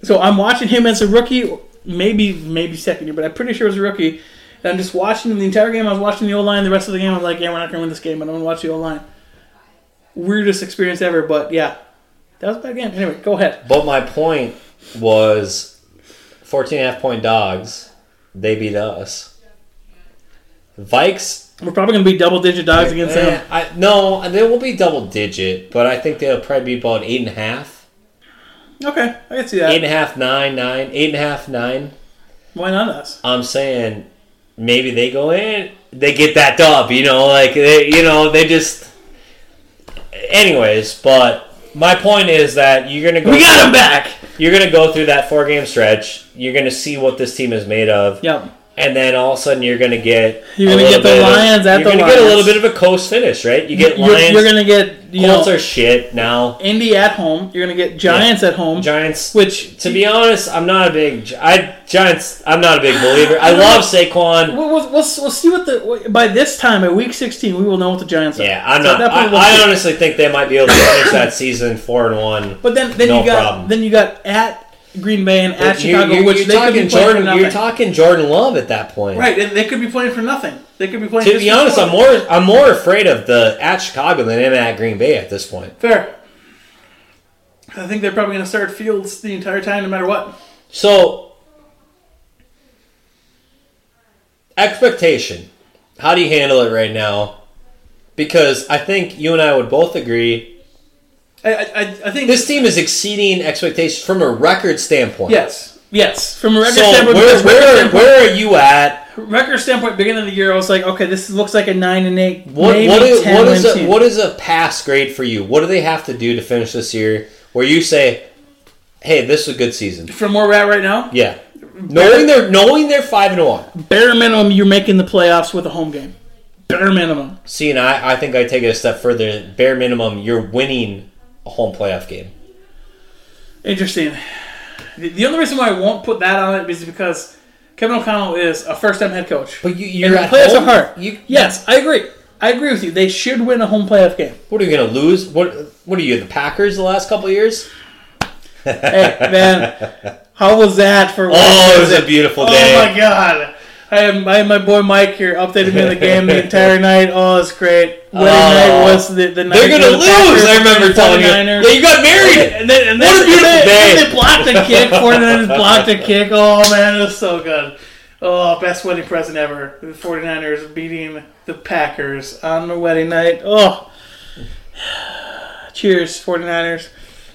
S5: So I'm watching him as a rookie, maybe maybe second year, but I'm pretty sure it was a rookie. And I'm just watching the entire game. I was watching the O line. The rest of the game, I'm like, yeah, we're not gonna win this game, but I'm gonna watch the O line. Weirdest experience ever, but yeah, that was a bad game. Anyway, go ahead.
S4: But my point was 14 and a half point dogs. They beat us. Vikes
S5: We're probably gonna be double digit dogs against
S4: Eh,
S5: them.
S4: I, no, they will be double digit, but I think they'll probably be about eight and a half,
S5: Okay, I can see that.
S4: eight and a half, nine, nine, eight and a half, nine.
S5: Why not us?
S4: I'm saying maybe they go in, they get that dub, you know, like they, you know, they just. Anyways, but my point is that you're gonna go.
S5: We got him back.
S4: You're gonna go through that four game stretch. You're gonna see what this team is made of.
S5: Yep.
S4: And then all of a sudden you're gonna get.
S5: You're
S4: a
S5: gonna
S4: little
S5: get the
S4: bit of-
S5: Lions at
S4: You're
S5: the
S4: gonna get a
S5: Lions.
S4: little bit of a coast finish, right? You get
S5: You're,
S4: Lions.
S5: you're gonna get you know,
S4: Colts are shit now.
S5: Indy at home. You're gonna get Giants at home,
S4: Giants.
S5: which
S4: to be honest, I'm not a big I Giants. I'm not a big believer. I love Saquon.
S5: we'll, we'll, we'll, we'll see what the by this time at week 16 we will know what the Giants are.
S4: Yeah, I'm
S5: So
S4: not.
S5: at that point,
S4: I,
S5: we'll see.
S4: I honestly think they might be able to finish that season four and one.
S5: But then then
S4: No
S5: you got
S4: problem.
S5: then you got at Green Bay and at
S4: You-
S5: Chicago,
S4: you're,
S5: which
S4: you're
S5: they could
S4: talking
S5: be playing for
S4: Jordan.
S5: nothing.
S4: You're talking Jordan Love at that point.
S5: right, and they could be playing for nothing. They could be playing.
S4: To
S5: just
S4: be
S5: for
S4: honest,
S5: fun.
S4: I'm more I'm more afraid of the at Chicago than I am at Green Bay at this point.
S5: fair. I think they're probably going to start Fields the entire time, no matter what.
S4: So expectation. How do you handle it right now? Because I think you and I would both agree
S5: I I, I I think
S4: This team is exceeding expectations from a record standpoint.
S5: yes. Yes, from a record
S4: So
S5: standpoint,
S4: where,
S5: because record
S4: where,
S5: standpoint-
S4: where are you at?
S5: record standpoint, beginning of the year, I was like, okay, this looks like a nine and eight,
S4: What,
S5: maybe
S4: what, is,
S5: 10
S4: what, is
S5: win
S4: a,
S5: team.
S4: what is a pass grade for you? What do they have to do to finish this year where you say, hey, this is a good season?
S5: from where we're at right now?
S4: Yeah. Knowing they're, knowing they're 5 and 1.
S5: bare minimum, you're making the playoffs with a home game. Bare minimum.
S4: See, and I, I think I take it a step further. Bare minimum, you're winning a home playoff game.
S5: Interesting. The, the only reason why I won't put that on it is because Kevin O'Connell is a first-time head coach.
S4: But you,
S5: and
S4: you're
S5: the
S4: at
S5: playoffs
S4: home.
S5: are hard.
S4: You,
S5: yes, I agree. I I agree with you. They should win a home playoff game.
S4: What are you going to lose? What What are you, the Packers the last couple of years?
S5: Hey, man, how was that for?
S4: Oh, it was a beautiful day.
S5: Oh my god! I had, I had my boy Mike here updated me on the game the entire night. Oh, it's great. Wedding
S4: Oh.
S5: night was the, the night.
S4: They're going to
S5: the
S4: lose.
S5: Packers
S4: I remember
S5: and
S4: telling you.
S5: 49ers.
S4: Yeah, you got married.
S5: And then, and then,
S4: What a beautiful
S5: and then,
S4: day.
S5: and they blocked a kick. 49ers blocked a kick. Oh, man, it was so good. Oh, best wedding present ever. The 49ers beating the Packers on their wedding night. Oh. Cheers, 49ers.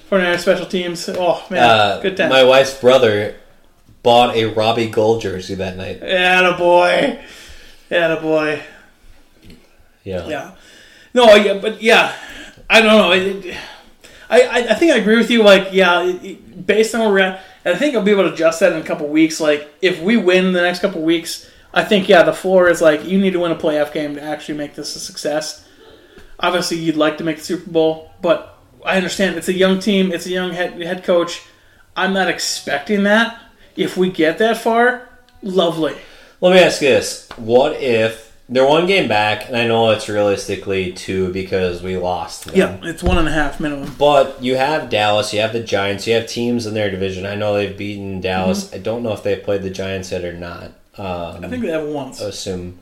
S5: 49ers special teams. Oh, man.
S4: Uh,
S5: good time.
S4: My wife's brother bought a Robbie Gold jersey that night.
S5: Attaboy. Attaboy.
S4: Yeah.
S5: Yeah. No, yeah, but yeah, I don't know. It- it- I, I, I think I agree with you. Like, yeah, it- it- based on where we're at, and I think I'll be able to adjust that in a couple weeks. Like, if we win the next couple weeks, I think yeah, the floor is like you need to win a playoff game to actually make this a success. Obviously, you'd like to make the Super Bowl, but I understand it's a young team, it's a young head, head coach. I'm not expecting that. If we get that far, lovely.
S4: Let me ask you this: What if they're one game back? And I know it's realistically two because we lost. them.
S5: Yeah, it's one and a half minimum.
S4: But you have Dallas, you have the Giants, you have teams in their division. I know they've beaten Dallas.
S5: Mm-hmm.
S4: I don't know if they've played the Giants yet or not. Um,
S5: I think they have once.
S4: assume.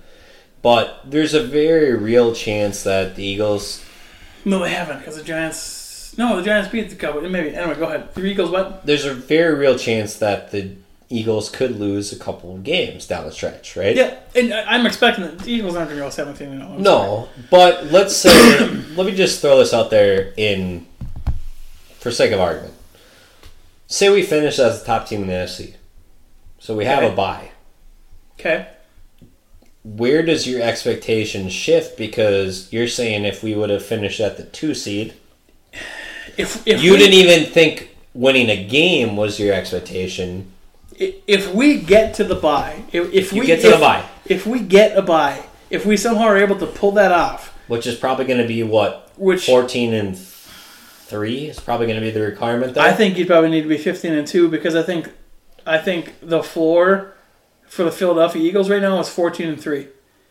S4: But there's a very real chance that the Eagles,
S5: No, they haven't because the Giants. No, the Giants beat the Cowboys. Maybe anyway. Go ahead. The Eagles. What?
S4: there's a very real chance that the Eagles could lose a couple of games down the stretch, right?
S5: Yeah, and I- I'm expecting that the Eagles aren't going to go 17 and 0. I'm sorry.
S4: No, but let's say, let me just throw this out there in, for sake of argument. Say we finish as the top team in the NFC, so we have
S5: Okay.
S4: a bye.
S5: Okay.
S4: Where does your expectation shift? Because you're saying if we would have finished at the two seed,
S5: If if
S4: you
S5: we,
S4: didn't e- even think winning a game was your expectation.
S5: i- if we get to the bye, if, if
S4: You
S5: we
S4: get to the
S5: if-
S4: bye.
S5: if we get a bye, if we somehow are able to pull that off,
S4: which is probably going to be what
S5: Which-
S4: fourteen and three is probably going to be the requirement. There,
S5: I think you'd probably need to be 15 and two because I think I think the floor for the Philadelphia Eagles right now is 14 and three.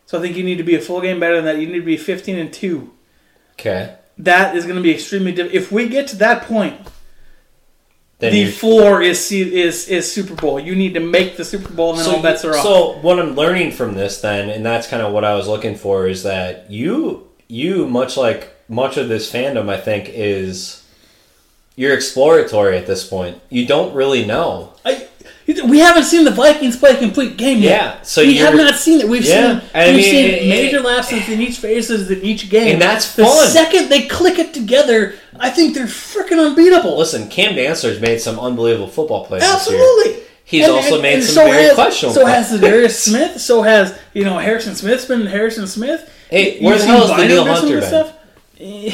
S5: So I think you need to be a full game better than that. You need to be 15 and two.
S4: Okay,
S5: That is going to be extremely difficult. If we get to that point,
S4: then
S5: the
S4: you're-
S5: floor is se- is is Super Bowl. You need to make the Super Bowl, and then all bets are off.
S4: so what I'm learning from this then, and that's kind of what I was looking for, is that you you much like much of this fandom, I think, is you're exploratory at this point. You don't really know.
S5: I, we haven't seen the Vikings play a complete game yet.
S4: Yeah, so
S5: we
S4: you're-
S5: have not seen it. We've
S4: Yeah,
S5: seen
S4: I
S5: we've
S4: mean,
S5: seen
S4: it-
S5: major
S4: it-
S5: lapses in each phases in each game,
S4: And that's
S5: the
S4: fun.
S5: second they click it together, I think they're freaking unbeatable.
S4: Listen, Cam Dancer's made some unbelievable football plays. this year.
S5: Absolutely.
S4: He's also made some very
S5: has,
S4: questionable
S5: So
S4: plays.
S5: has Darius Smith. So has you know Harrison Smith's been Harrison Smith.
S4: Hey,
S5: You-
S4: where
S5: you've
S4: the hell has
S5: seen
S4: the Neil
S5: Bynum do some
S4: Hunter
S5: of this
S4: been?
S5: stuff?
S4: Let me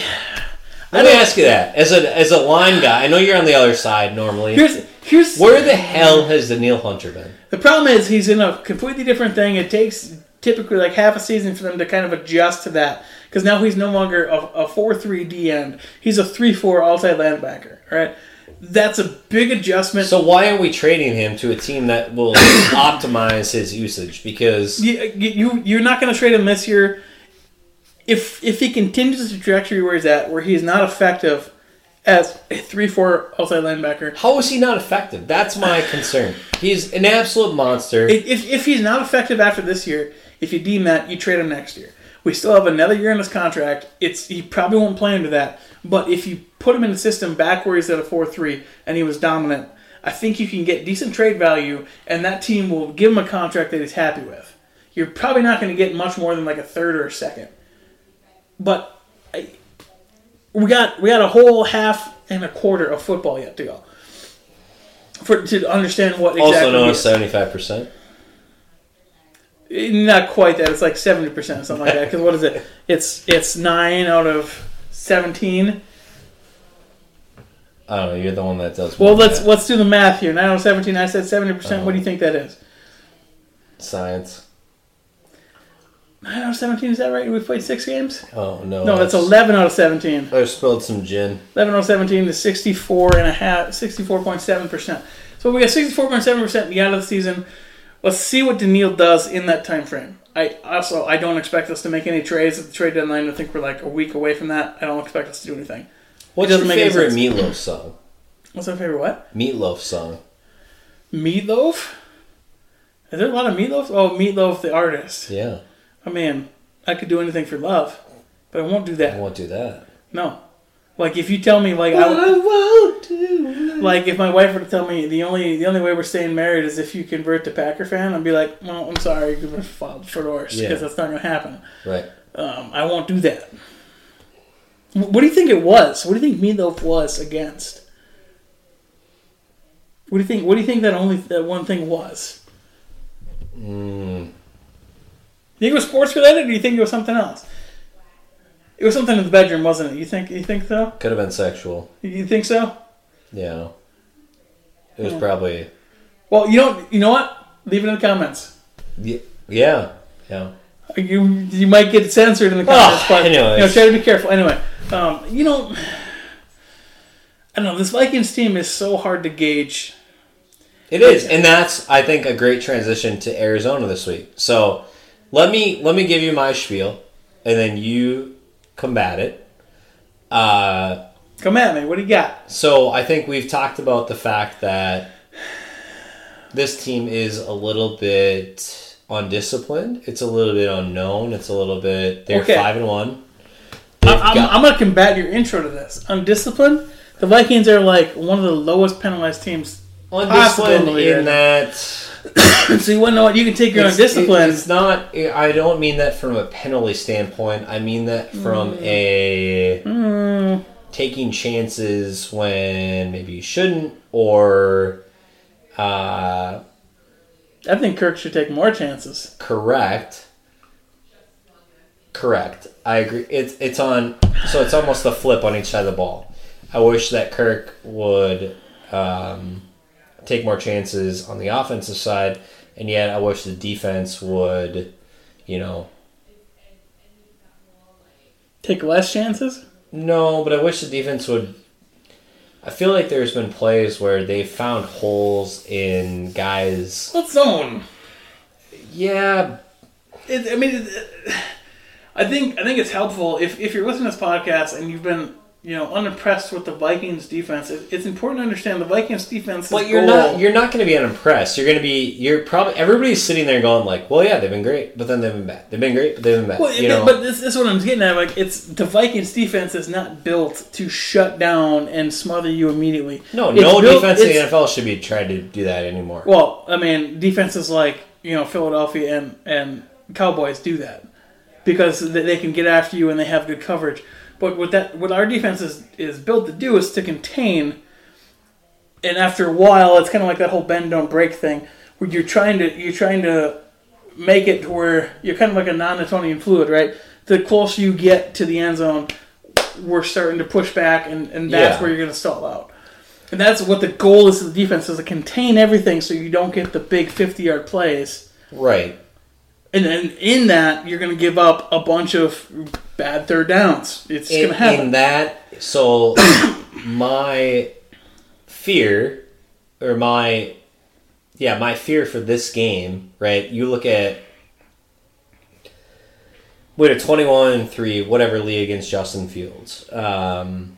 S5: don't-
S4: ask you that as a as a line guy. I know you're on the other side normally.
S5: Here's here's
S4: Where the hell has Daniil Hunter been?
S5: The problem is he's in a completely different thing. It takes typically like half a season for them to kind of adjust to that because now he's no longer a, a 4-3 D end. He's a 3-4 outside linebacker, right? That's a big adjustment.
S4: So why are we trading him to a team that will optimize his usage? Because
S5: you, you you're not going to trade him this year. If if he continues the trajectory where he's at, where he's not effective as a 3-4 outside linebacker,
S4: how is he not effective? That's my concern. He's an absolute monster.
S5: If- if, if he's not effective after this year, if you deem that, you trade him next year. We still have another year in his contract. It's he probably won't play into that. But if you put him in the system back where he's at a four three and he was dominant, I think you can get decent trade value, and that team will give him a contract that he's happy with. You're probably not going to get much more than like a third or a second. But I, we got we got a whole half and a quarter of football yet to go for to understand what exactly.
S4: also known
S5: he
S4: as
S5: is
S4: seventy five percent.
S5: not quite that. It's like seventy percent or something like that. Because what is it? It's it's nine out of seventeen.
S4: I don't know. You're the one that does.
S5: Well,
S4: more
S5: let's
S4: math.
S5: let's do the math here. Nine out of seventeen. I said seventy percent. What do you think that is?
S4: science.
S5: Nine out of seventeen. Is that right? We played six games.
S4: Oh no.
S5: No, that's eleven out of seventeen.
S4: I spilled some gin.
S5: Eleven out of seventeen is sixty-four and a half. Sixty-four point seven percent. So we got sixty-four point seven percent at the end of the season. Let's see what Daniil does in that time frame. I also I don't expect us to make any trades at the trade deadline. I think we're like a week away from that. I don't expect us to do anything.
S4: What's your
S5: doesn't make any
S4: favorite
S5: sense.
S4: meatloaf song?
S5: What's my favorite what?
S4: Meatloaf song.
S5: Meatloaf? Is there a lot of meatloaf? Oh, meatloaf the artist.
S4: Yeah,
S5: I mean, I could do anything for love, but I won't do
S4: I
S5: that.
S4: won't do that.
S5: No. Like if you tell me like I
S4: won't do.
S5: like if my wife were to tell me the only the only way we're staying married is if you convert to Packer fan, I'd be like, well, I'm sorry, you're gonna file for divorce
S4: Yeah.
S5: because that's not gonna happen.
S4: Right.
S5: Um, I won't do that. Wh- What do you think it was? What do you think Meatloaf was against? What do you think? What do you think that only that one thing was? You think it was sports related, or you think it was something else? It was something in the bedroom, wasn't it? You think? You think so?
S4: Could have been sexual.
S5: You think so?
S4: Yeah. It was probably.
S5: Well, you don't. You know what? Leave it in the comments.
S4: y- Yeah. Yeah.
S5: You you might get censored in the comments,
S4: Oh,
S5: but
S4: anyways.
S5: you know, try to be careful. Anyway, um, you know, I don't know. This Vikings team is so hard to gauge.
S4: It is, and that's I think a great transition to Arizona this week. So let me let me give you my spiel, and then you combat it. Uh,
S5: Come at me. What do you got?
S4: so I think we've talked about the fact that this team is a little bit undisciplined. It's a little bit unknown. It's a little bit they're
S5: Okay.
S4: five and one.
S5: I,
S4: They've
S5: I'm,
S4: got-
S5: I'm going to combat your intro to this. Undisciplined. The Vikings are like one of the lowest penalized teams.
S4: undisciplined
S5: possibly
S4: in
S5: in-
S4: that
S5: so you want to know what? You can take your
S4: It's-
S5: undisciplined.
S4: It's not. I don't mean that from a penalty standpoint. I mean that
S5: Mm.
S4: from a taking chances when maybe you shouldn't, or uh,
S5: I think Kirk should take more chances.
S4: correct. Correct. I agree. It's it's on. So it's almost the flip on each side of the ball. I wish that Kirk would um, take more chances on the offensive side, and yet I wish the defense would, you know,
S5: Take less chances.
S4: No, but I wish the defense would. I feel like there's been plays where they found holes in guys.
S5: Let's zone.
S4: Yeah,
S5: It, I mean, it, I think I think it's helpful if, if you're listening to this podcast and you've been you know unimpressed with the Vikings defense. It, it's important to understand the Vikings defense.
S4: but you're not. You're not going to be unimpressed. You're going to be. You're probably everybody's sitting there going like, "Well, yeah, they've been great, but then they've been bad. They've been great, but they've been bad."
S5: Well,
S4: you know,
S5: but this, this is what I'm getting at. Like, it's the Vikings defense is not built to shut down and smother you immediately.
S4: no,
S5: It's
S4: no
S5: built-
S4: defense in the
S5: it's-
S4: NFL should be trying to do that anymore.
S5: Well, I mean, defenses like you know Philadelphia and and Cowboys do that because they they can get after you and they have good coverage. But what that what our defense is, is built to do is to contain. And after a while, it's kind of like that whole bend don't break thing, where you're trying to you're trying to make it to where you're kind of like a non-Newtonian fluid, right? The closer you get to the end zone, we're starting to push back, and, and that's
S4: Yeah.
S5: where you're going to stall out. And that's what the goal is of the defense is to contain everything so you don't get the big 50 yard plays.
S4: right.
S5: And then in that, you're going to give up a bunch of bad third downs. It's going
S4: in,
S5: to happen.
S4: in that so my fear or my yeah my fear for this game right you look at we had a 21-3 whatever lead against justin fields um,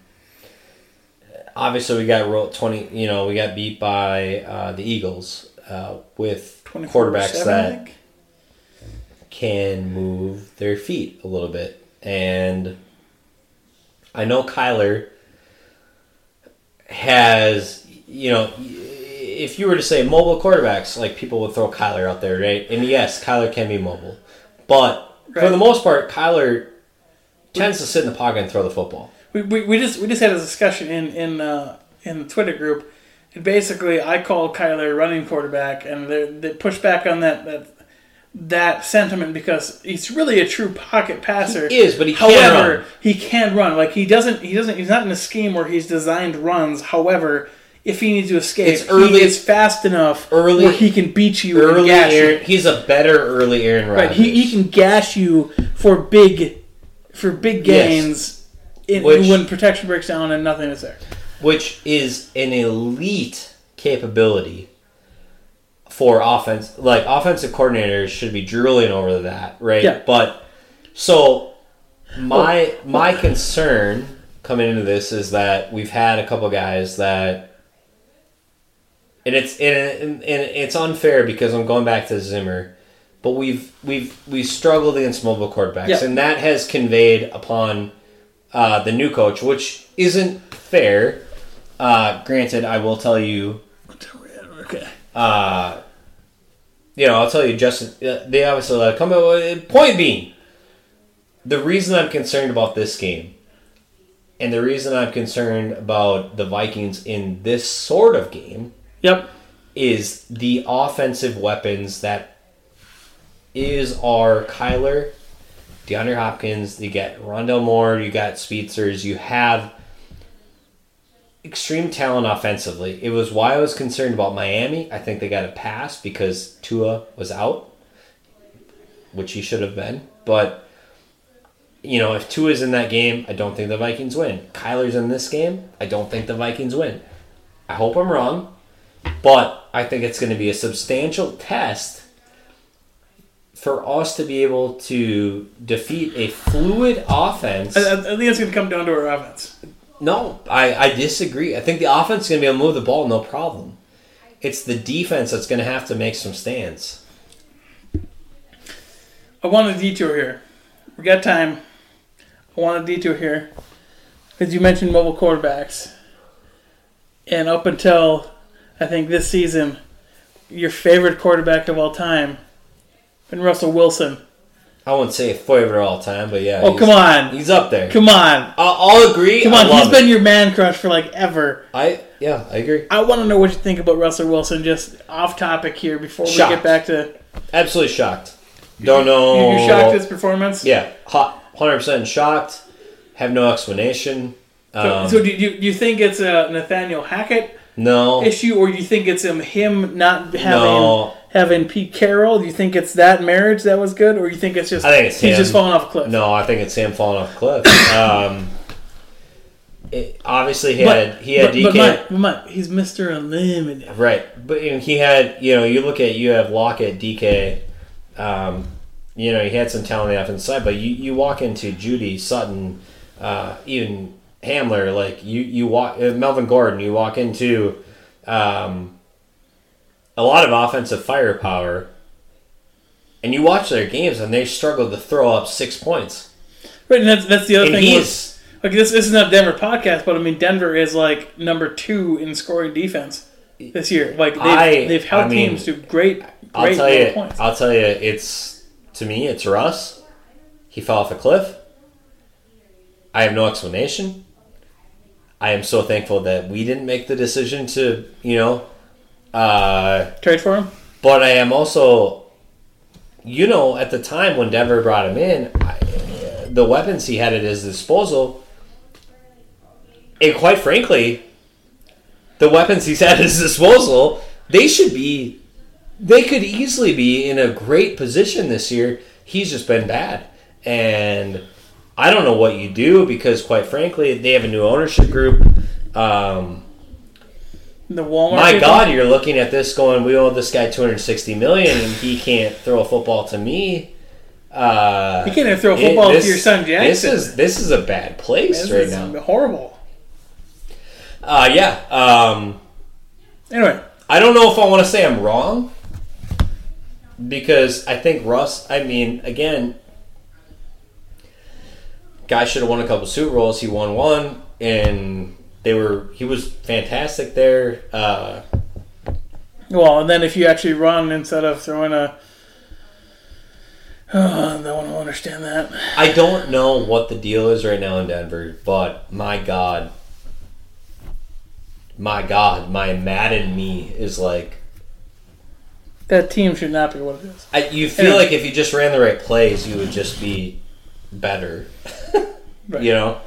S4: obviously we got rolled 20 you know we got beat by uh, the eagles uh, with
S5: 24
S4: quarterbacks
S5: seven, I
S4: that
S5: think.
S4: can move their feet a little bit. And I know Kyler has, you know, if you were to say mobile quarterbacks, like people would throw Kyler out there, right? And yes, Kyler can be mobile. But for
S5: Right.
S4: the most part, Kyler tends to sit in the pocket and throw the football.
S5: We, we, we just we just had a discussion in in uh, in the Twitter group, and basically I called Kyler running quarterback, and they they pushed back on that that that sentiment because he's really a true pocket passer.
S4: He is, but he can
S5: however
S4: run.
S5: he can run like he doesn't he doesn't he's not in a scheme where he's designed runs. However. If he needs to escape,
S4: It's early-
S5: he is fast enough
S4: early-
S5: where he can beat you and
S4: Early
S5: gash you.
S4: Aaron, he's a better early Aaron Rodgers.
S5: Right, he, he can gash you for big for big
S4: Yes.
S5: gains in,
S4: Which-
S5: when protection breaks down and nothing is there.
S4: which is an elite capability for offense. Like offensive coordinators should be drooling over that, right?
S5: Yeah.
S4: But so my my concern coming into this is that we've had a couple guys that and it's and, and, and it's unfair because I'm going back to Zimmer, but we've we've we've struggled against mobile quarterbacks,
S5: Yeah.
S4: and that has conveyed upon uh, the new coach, which isn't fair. Uh, granted, I will tell you
S5: Okay.
S4: you know, I'll tell you, Justin, uh, they obviously let it come. uh, Point being, the reason I'm concerned about this game, and the reason I'm concerned about the Vikings in this sort of game,
S5: Yep.
S4: is the offensive weapons that is our Kyler, DeAndre Hopkins, you got Rondell Moore, you got Speedzers, you have extreme talent offensively. It was why I was concerned about Miami. I think they got a pass because Tua was out, which he should have been. But you know, if Tua's in that game, I don't think the Vikings win. Kyler's in this game, I don't think the Vikings win. I hope I'm wrong but I think it's going to be a substantial test for us to be able to defeat a fluid offense.
S5: I, I think it's going to come down to our offense.
S4: No, I, I disagree. I think the offense is going to be able to move the ball no problem. It's the defense that's going to have to make some stands.
S5: I want a detour here. We got time. I want a detour here because you mentioned mobile quarterbacks, and up until I think this season, your favorite quarterback of all time, been Russell Wilson.
S4: I wouldn't say a favorite all time, but yeah.
S5: Oh,
S4: he's-
S5: come on.
S4: He's up there.
S5: Come on,
S4: I'll, I'll agree.
S5: come on.
S4: I
S5: He's
S4: love
S5: been
S4: it.
S5: your man crush for like ever.
S4: I yeah, I agree.
S5: I want to know what you think about Russell Wilson. Just off topic here before we
S4: Shocked.
S5: get back to
S4: Absolutely shocked. Don't know.
S5: you shocked his performance.
S4: Oh. Yeah, hundred percent shocked. Have no explanation.
S5: So,
S4: Um,
S5: so do you you think it's a Nathaniel Hackett
S4: no,
S5: issue, or you think it's him him not having
S4: No.
S5: having Pete Carroll? Do you think it's that marriage that was good, or you think it's just
S4: I think it's
S5: he's
S4: him.
S5: just falling off a cliff?
S4: No, I think it's him falling off a cliff. Um, it, obviously, he
S5: but,
S4: had he had
S5: but,
S4: DK
S5: But Mike, but Mike, he's Mister Unlimited.
S4: right, but you know, he had you know you look at you have Lockett, DK. Um, you know he had some talent on the offensive side, but you, you walk into Judy Sutton, uh, even Hamler, like you you walk uh, Melvin Gordon, you walk into um, a lot of offensive firepower, and you watch their games and they struggle to throw up six points.
S5: Right, and that's that's the other
S4: And
S5: thing.
S4: he
S5: was-
S4: is-
S5: like this, this is not Denver podcast, but I mean Denver is like number two in scoring defense this year. Like they've,
S4: I-
S5: they've held
S4: I mean,
S5: teams to great,
S4: I'll
S5: great
S4: tell
S5: little
S4: you.
S5: points.
S4: I'll tell you. It's to me. It's Russ. He fell off a cliff. I have no explanation. I am so thankful that we didn't make the decision to, you know, uh,
S5: Trade for him.
S4: but I am also, you know, at the time when Denver brought him in, I, the weapons he had at his disposal, and quite frankly, the weapons he's had at his disposal, they should be, they could easily be in a great position this year. He's just been bad. And I don't know what you do because, quite frankly, they have a new ownership group. Um,
S5: The Walmart.
S4: my
S5: people.
S4: God, you're looking at this going, we owe this guy 260 million, and he can't throw a football to me. Uh,
S5: You can't even throw a football
S4: this-
S5: to your son Jackson.
S4: This is this is a bad place
S5: This
S4: right
S5: is
S4: now.
S5: horrible.
S4: Uh, yeah, um,
S5: Anyway,
S4: I don't know if I want to say I'm wrong because I think Russ. I mean, again, guy should have won a couple Super Bowls. He won one, and they were he was fantastic there. Uh,
S5: well, and then if you actually run instead of throwing a, oh, no one will understand that.
S4: I don't know what the deal is right now in Denver, but my God, my God, my Madden me is like
S5: That team should not be what it is.
S4: I, you feel like if you just ran the right plays, you would just be better. You know?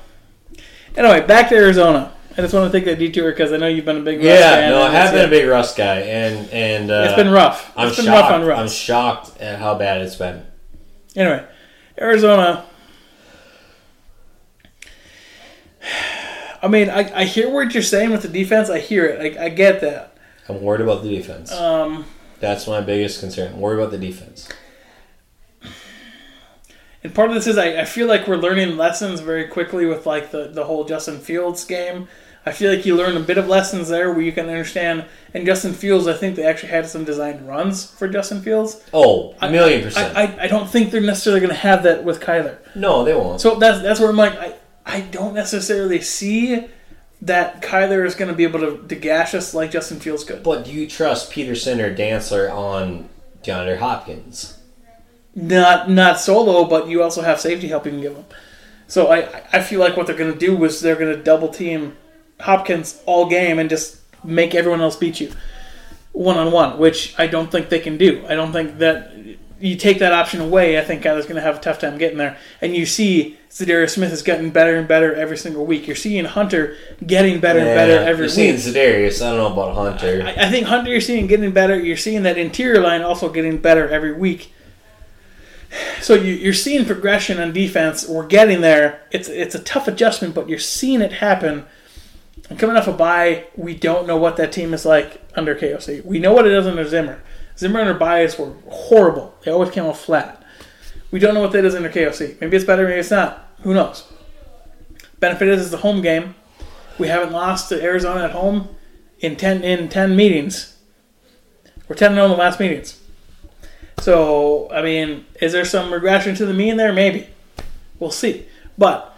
S5: Anyway, back to Arizona. I just want to take that detour because I know you've been a big Russ
S4: Yeah,
S5: fan,
S4: no, I
S5: and
S4: have
S5: it's-
S4: been a big Russ guy, and and uh,
S5: It's been rough.
S4: I'm
S5: It's been
S4: shocked.
S5: rough on
S4: I'm
S5: Russ.
S4: shocked at how bad it's been.
S5: Anyway, Arizona. I mean, I, I hear what you're saying with the defense. I hear it. I, I get that. Um,
S4: I'm worried about the defense. That's my biggest concern. Worry about the defense.
S5: And part of this is I, I feel like we're learning lessons very quickly with like the, the whole Justin Fields game. I feel like you learn a bit of lessons there where you can understand. And Justin Fields, I think they actually had some designed runs for Justin Fields.
S4: Oh, a million percent.
S5: I, I, I don't think they're necessarily going to have that with Kyler.
S4: no, they won't.
S5: So that's that's where I'm like, I, I don't necessarily see that Kyler is going to be able to, to gash us like Justin Fields could.
S4: but do you trust Peterson or Dantzler on DeAndre Hopkins?
S5: Not not solo, but you also have safety help you can give him. So I I feel like what they're going to do is they're going to double team Hopkins all game and just make everyone else beat you one on one, which I don't think they can do. I don't think that you take that option away. I think Kyler's going to have a tough time getting there. And you see Zadarius Smith is getting better and better every single week. You're seeing Hunter getting better and better every
S4: You're seeing
S5: week.
S4: Zedarius. I don't know about Hunter.
S5: I, I think Hunter you're seeing getting better. You're seeing that interior line also getting better every week. So you, you're seeing progression on defense. We're getting there. It's it's a tough adjustment, but you're seeing it happen. And coming off a bye, we don't know what that team is like under KOC. We know what it is under Zimmer. Zimmer under buys were horrible. They always came off flat. We don't know what that is under KOC. Maybe it's better, maybe it's not. Who knows? Benefit is it's a home game. We haven't lost to Arizona at home in ten in ten meetings. We're ten and zero in the last meetings. So I mean, is there some regression to the mean there? Maybe. We'll see. But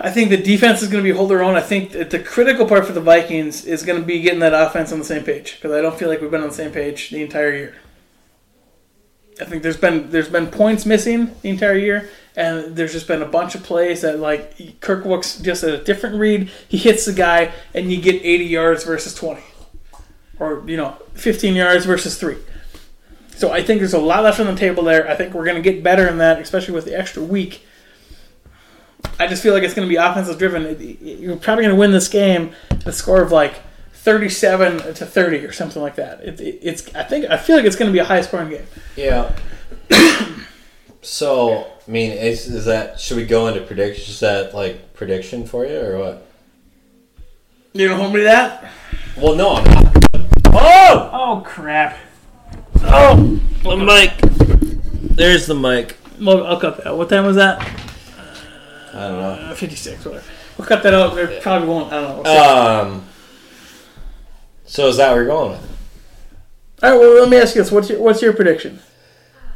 S5: I think the defense is going to be hold their own. I think that the critical part for the Vikings is going to be getting that offense on the same page because I don't feel like we've been on the same page the entire year. I think there's been there's been points missing the entire year, and there's just been a bunch of plays that like Kirk looks just at a different read. He hits the guy, and you get 80 yards versus 20, or you know 15 yards versus three. So I think there's a lot left on the table there. I think we're going to get better in that, especially with the extra week. I just feel like it's going to be offensive driven. It- it- You're probably going to win this game at a score of like 37 to 30 or something like that. It, it, it's I think I feel like it's going to be a high scoring game.
S4: Yeah. so, I mean, is, is that should we go into prediction? Is that like prediction for you or what?
S5: You don't hold me to that.
S4: Well, no, I'm not. Oh,
S5: Oh crap!
S4: oh, the mic. There's the mic.
S5: Well, I'll cut that. What time was that?
S4: I don't know.
S5: Uh, Fifty-six, whatever. We'll cut that out. It probably won't. I don't know.
S4: Um. So is that where you're going with?
S5: All right. Well, let me ask you this: What's your what's your prediction?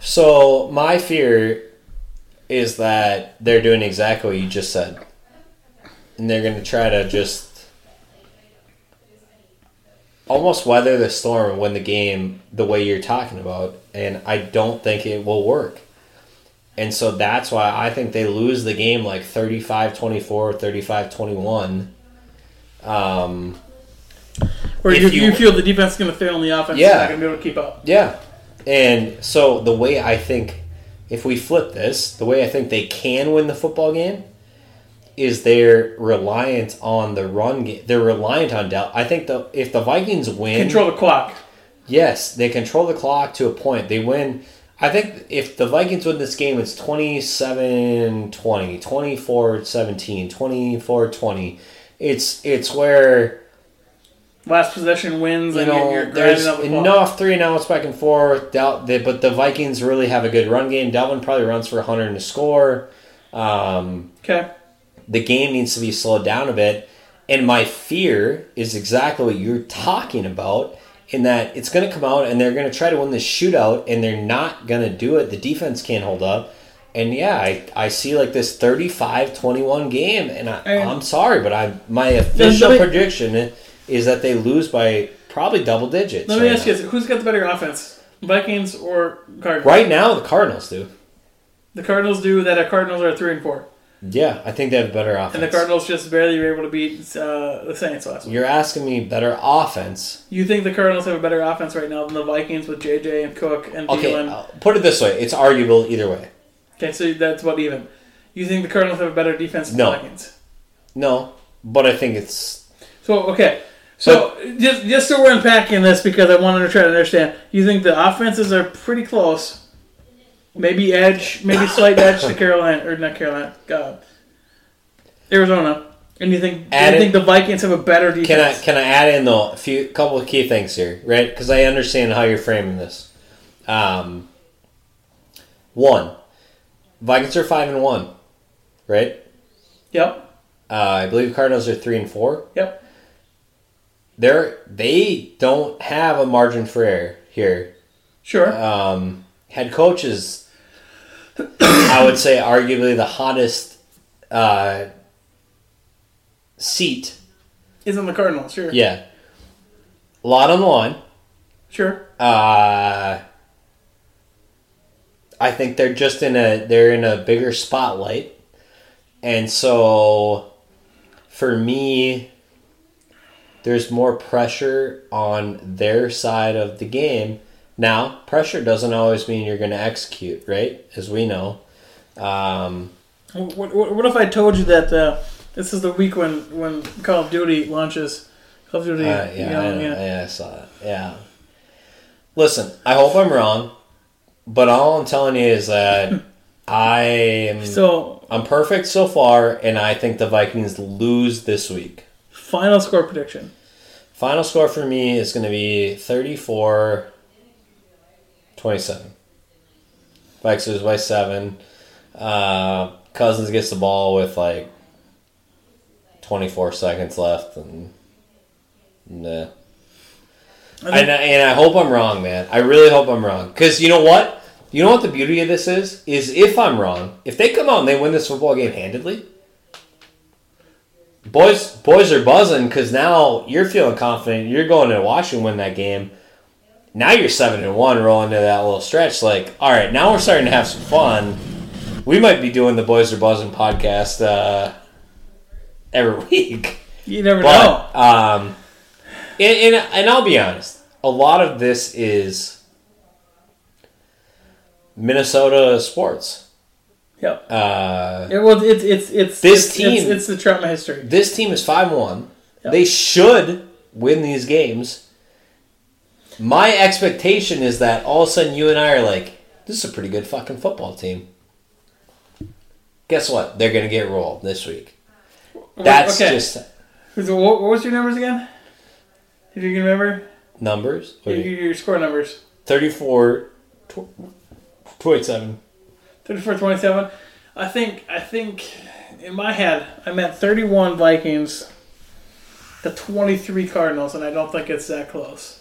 S4: So my fear is that they're doing exactly what you just said, and they're going to try to just almost weather the storm and win the game the way you're talking about, and I don't think it will work. And so that's why I think they lose the game like 35-24 or 35-21. Um,
S5: Or
S4: If
S5: you,
S4: you-
S5: you feel the defense is going to fail and the offense is
S4: Yeah.
S5: not going to be able to keep up?
S4: Yeah. And so the way I think, if we flip this, the way I think they can win the football game is their reliance on the run game. They're reliant on Dell. I think the if the Vikings win,
S5: Control the clock.
S4: yes, they control the clock to a point. They win. I think if the Vikings win this game, it's 27 20, 24 17, 24 20. It's, it's where
S5: Last possession wins,
S4: you
S5: and
S4: know,
S5: you're, you're
S4: there's
S5: grinding out the clock.
S4: enough three and outs back and forth. Dal- they- but the Vikings really have a good run game. Dalvin probably runs for 100 and a score. Um,
S5: Okay.
S4: the game needs to be slowed down a bit. And my fear is exactly what you're talking about in that it's going to come out and they're going to try to win the shootout and they're not going to do it. The defense can't hold up. And yeah, I, I see like this 35 21 game. And I,
S5: And-
S4: I'm sorry, but I my official
S5: me-
S4: prediction is that they lose by probably double digits.
S5: Let me
S4: right
S5: ask you this: Who's got the better offense, Vikings or Cardinals?
S4: Right now, the Cardinals do.
S5: The Cardinals do that. Our Cardinals are three and four,
S4: Yeah, I think they have better offense.
S5: and the Cardinals just barely were able to beat uh, the Saints last week.
S4: You're asking me better offense.
S5: You think the Cardinals have a better offense right now than the Vikings with JJ and Cook and
S4: Okay,
S5: Thielen?
S4: uh, put it this way: it's arguable either way.
S5: Okay, so that's about even. You think the Cardinals have a better defense than
S4: No.
S5: the Vikings?
S4: No, but I think it's
S5: So okay, so just just so we're unpacking this because I wanted to try to understand. You think the offenses are pretty close, maybe edge, maybe slight edge to Carolina or not Carolina, uh, Arizona. And you think
S4: Add
S5: you
S4: it-
S5: think the Vikings have a better defense?
S4: Can I can I add in though a few couple of key things here, right? Because I understand how you're framing this. Um, one, Vikings are five and one, right?
S5: Yep.
S4: Uh, I believe Cardinals are three and four.
S5: Yep.
S4: They're they don't have a margin for error here.
S5: Sure.
S4: Um, head coach is, I would say, arguably the hottest uh, seat.
S5: Isn't the Cardinals? Sure.
S4: Yeah, a lot on the line.
S5: Sure.
S4: Uh, I think they're just in a they're in a bigger spotlight, and so for me, there's more pressure on their side of the game. Now, pressure doesn't always mean you're going to execute, right? As we know, um,
S5: What, what, what if I told you that uh, this is the week when, when Call of Duty launches? Call of Duty.
S4: Uh,
S5: you
S4: yeah,
S5: know,
S4: I know.
S5: yeah.
S4: yeah, I saw that. Yeah. Listen, I hope I'm wrong, but all I'm telling you is that I am
S5: So
S4: I'm perfect so far, and I think the Vikings lose this week.
S5: final score prediction.
S4: Final score for me is going to be 34 27. Vikings lose by seven. Uh, Cousins gets the ball with like 24 seconds left, and nah. And I, and I hope I'm wrong, man. I really hope I'm wrong. Because you know what? You know what the beauty of this is? Is if I'm wrong, if they come out and they win this football game handedly, boys boys are buzzing because now you're feeling confident. You're going to Washington win that game. Now you're seven and one, rolling to that little stretch. Like, all right, now we're starting to have some fun. We might be doing the Boys Are Buzzing podcast uh, every week.
S5: You never know.
S4: But um, and, and and I'll be honest, a lot of this is Minnesota sports.
S5: Yep.
S4: Uh,
S5: Yeah, well, it's it's it's
S4: This
S5: it's,
S4: team-
S5: It's, it's the trauma history.
S4: this team is five one. They should win these games. My expectation is that all of a sudden you and I are like, this is a pretty good fucking football team. Guess what? They're gonna get rolled this week. That's
S5: okay.
S4: just
S5: So what, what was your numbers again? If you can remember
S4: numbers.
S5: your, your score numbers,
S4: 34 tw- 27
S5: 34 27. I think I think in my head I'm at 31 Vikings, the 23 Cardinals, and I don't think it's that close.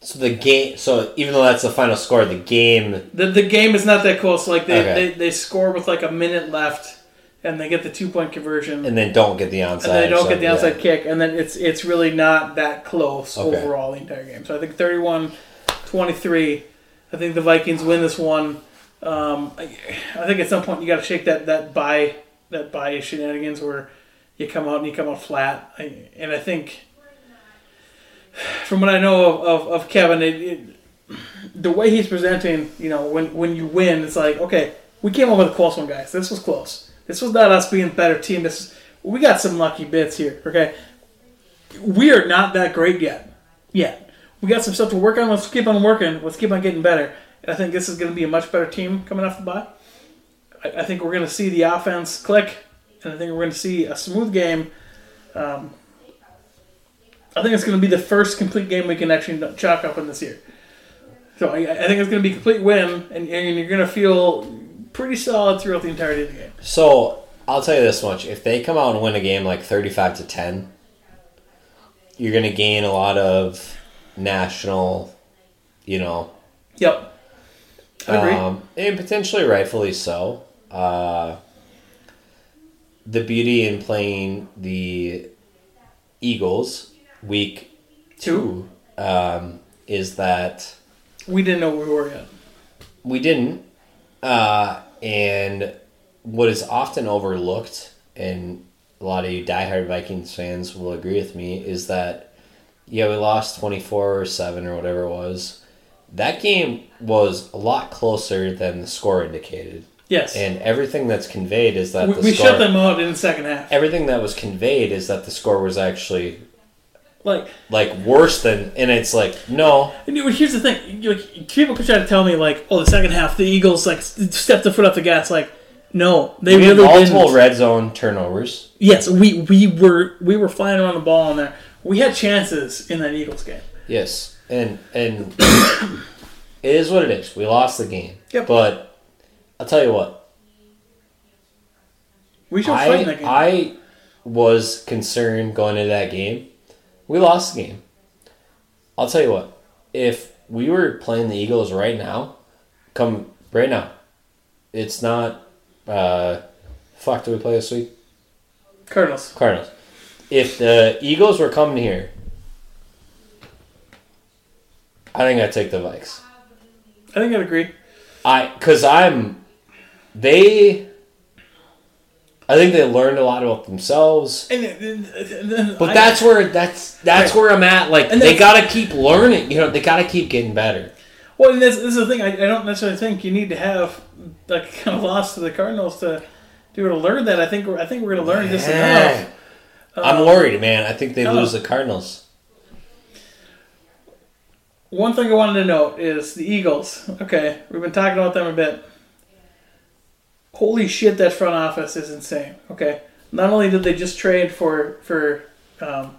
S4: so the game so even though that's the final score the game
S5: The the game is not that close. Like they,
S4: Okay.
S5: they, they score with like a minute left, and they get the two point conversion.
S4: and then don't get the onside
S5: and they don't
S4: so,
S5: get the
S4: yeah.
S5: outside kick, and then it's it's really not that close
S4: Okay.
S5: overall the entire game. So I think 31-23, I think the Vikings win this one. Um, I, I think at some point you got to shake that that buy that buy shenanigans where you come out and you come out flat, I, and I think from what I know of, of, of Kevin, it, it, the way he's presenting, you know, when when you win, it's like, okay, we came up with a close one, guys. This was close. This was not us being a better team. This is, we got some lucky bits here. Okay, we are not that great yet. Yet we got some stuff to work on. Let's keep on working. Let's keep on getting better. And I think this is going to be a much better team coming off the bye. I, I think we're going to see the offense click, and I think we're going to see a smooth game. Um, I think it's going to be the first complete game we can actually chalk up in this year. So I, I think it's going to be a complete win, and, and you're going to feel pretty solid throughout the entirety of the game.
S4: so i'll tell you this much if they come out and win a game like 35 to 10 you're going to gain a lot of national you know
S5: Yep. I agree.
S4: Um, and potentially rightfully so. Uh, the beauty in playing the Eagles week two um, is that
S5: we didn't know where we were yet.
S4: we didn't. Uh, and what is often overlooked, and a lot of you diehard Vikings fans will agree with me, is that, yeah, we lost 24 or 7 or whatever it was. That game was a lot closer than the score indicated.
S5: Yes.
S4: And everything that's conveyed is that
S5: we
S4: the
S5: we
S4: score.
S5: shut them out in the second half.
S4: everything that was conveyed is that the score was actually
S5: Like,
S4: like worse than, and it's like no,
S5: and you- here's the thing: you- like, people could try to tell me, like, oh, the second half, the Eagles like s- stepped the foot off the gas. Like, No, they
S4: We had
S5: really
S4: multiple
S5: didn't.
S4: red zone turnovers.
S5: yes, we we were we were flying around the ball in there. We had chances in that Eagles game.
S4: Yes, and and it is what it is. We lost the game.
S5: Yep.
S4: But I'll tell you what,
S5: We should fight
S4: I
S5: in that game.
S4: I was concerned going into that game. We lost the game. I'll tell you what, if we were playing the Eagles right now, come right now, it's not. Uh, fuck, do we play this week?
S5: Cardinals.
S4: Cardinals. If the Eagles were coming here, I think I'd take the Vikes.
S5: I think I'd agree.
S4: I because I'm they. I think they learned a lot about themselves,
S5: And, and, and, and
S4: but
S5: I-
S4: that's where that's that's
S5: Right.
S4: where I'm at. Like
S5: And
S4: they
S5: that's-
S4: gotta keep learning. You know, they gotta keep getting better.
S5: well. And that's, this is the thing. I, I don't necessarily think you need to have like kind of loss to the Cardinals to be able to learn that. I think we're, I think we're going to learn just enough. Um,
S4: I'm worried, man. I think they
S5: no.
S4: lose the Cardinals.
S5: One thing I wanted to note is the Eagles. Okay, we've been talking about them a bit. Holy shit, that front office is insane. Okay, not only did they just trade for for um,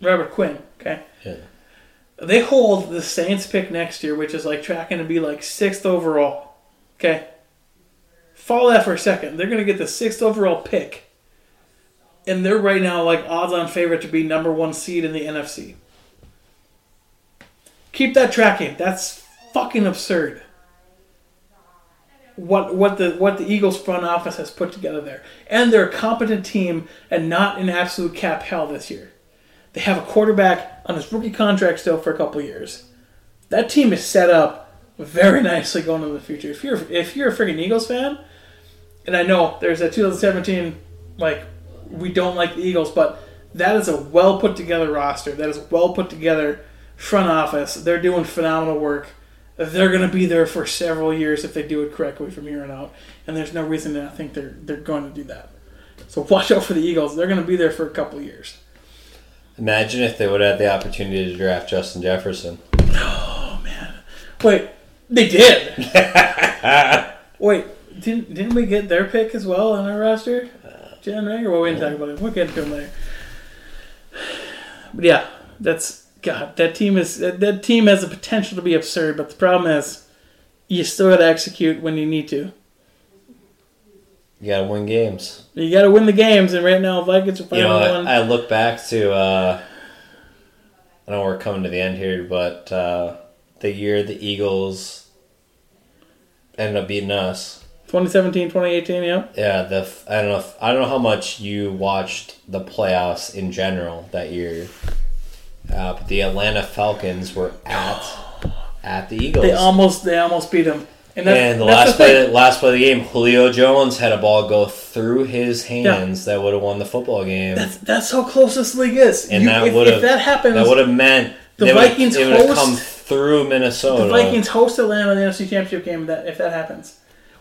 S5: Robert Quinn. Okay,
S4: Yeah.
S5: they hold the Saints pick next year, which is like tracking to be like sixth overall. Okay, follow that for a second. They're gonna get the sixth overall pick, and they're right now like odds-on favorite to be number one seed in the NFC. Keep that tracking. That's fucking absurd. What what the what the Eagles front office has put together there, and they're a competent team and not in absolute cap hell this year. They have a quarterback on his rookie contract still for a couple years. That team is set up very nicely going into the future. If you're if you're a freaking Eagles fan, and I know there's that 2017 like we don't like the Eagles, but that is a well put together roster. That is well put together front office. They're doing phenomenal work. They're going to be there for several years if they do it correctly from here on out. And there's no reason that I think they're they're going to do that. So watch out for the Eagles. They're going to be there for a couple of years.
S4: Imagine if they would have had the opportunity to draft Justin Jefferson.
S5: Wait, they did. Wait, didn't didn't we get their pick as well on our roster? Jen Rager. Well, we didn't talk about it. We'll get to him later. But yeah, that's God. That team is that, that team has the potential to be absurd, but the problem is, you still got to execute when you need to.
S4: You gotta win games.
S5: You got to win the games, and right now Vikings are
S4: You
S5: fighting
S4: know,
S5: one.
S4: I, I look back to. Uh, I know we're coming to the end here, but uh, the year the Eagles ended up beating us.
S5: 2017, 2018, yeah.
S4: Yeah, the f- I don't know. If, I don't know how much you watched the playoffs in general that year, uh, but the Atlanta Falcons were at at the Eagles,
S5: They almost they almost beat them. And, that's,
S4: and the
S5: that's
S4: last
S5: the thing.
S4: play last play of the game, Julio Jones had a ball go through his hands that would have won the football game,
S5: That's, that's how close this league is.
S4: and
S5: You-
S4: that
S5: if-
S4: would have
S5: if that happens,
S4: That would have meant
S5: the
S4: they would've-
S5: Vikings
S4: they would have
S5: host-
S4: come through Minnesota.
S5: The Vikings host Atlanta in the NFC Championship game. That if that happens,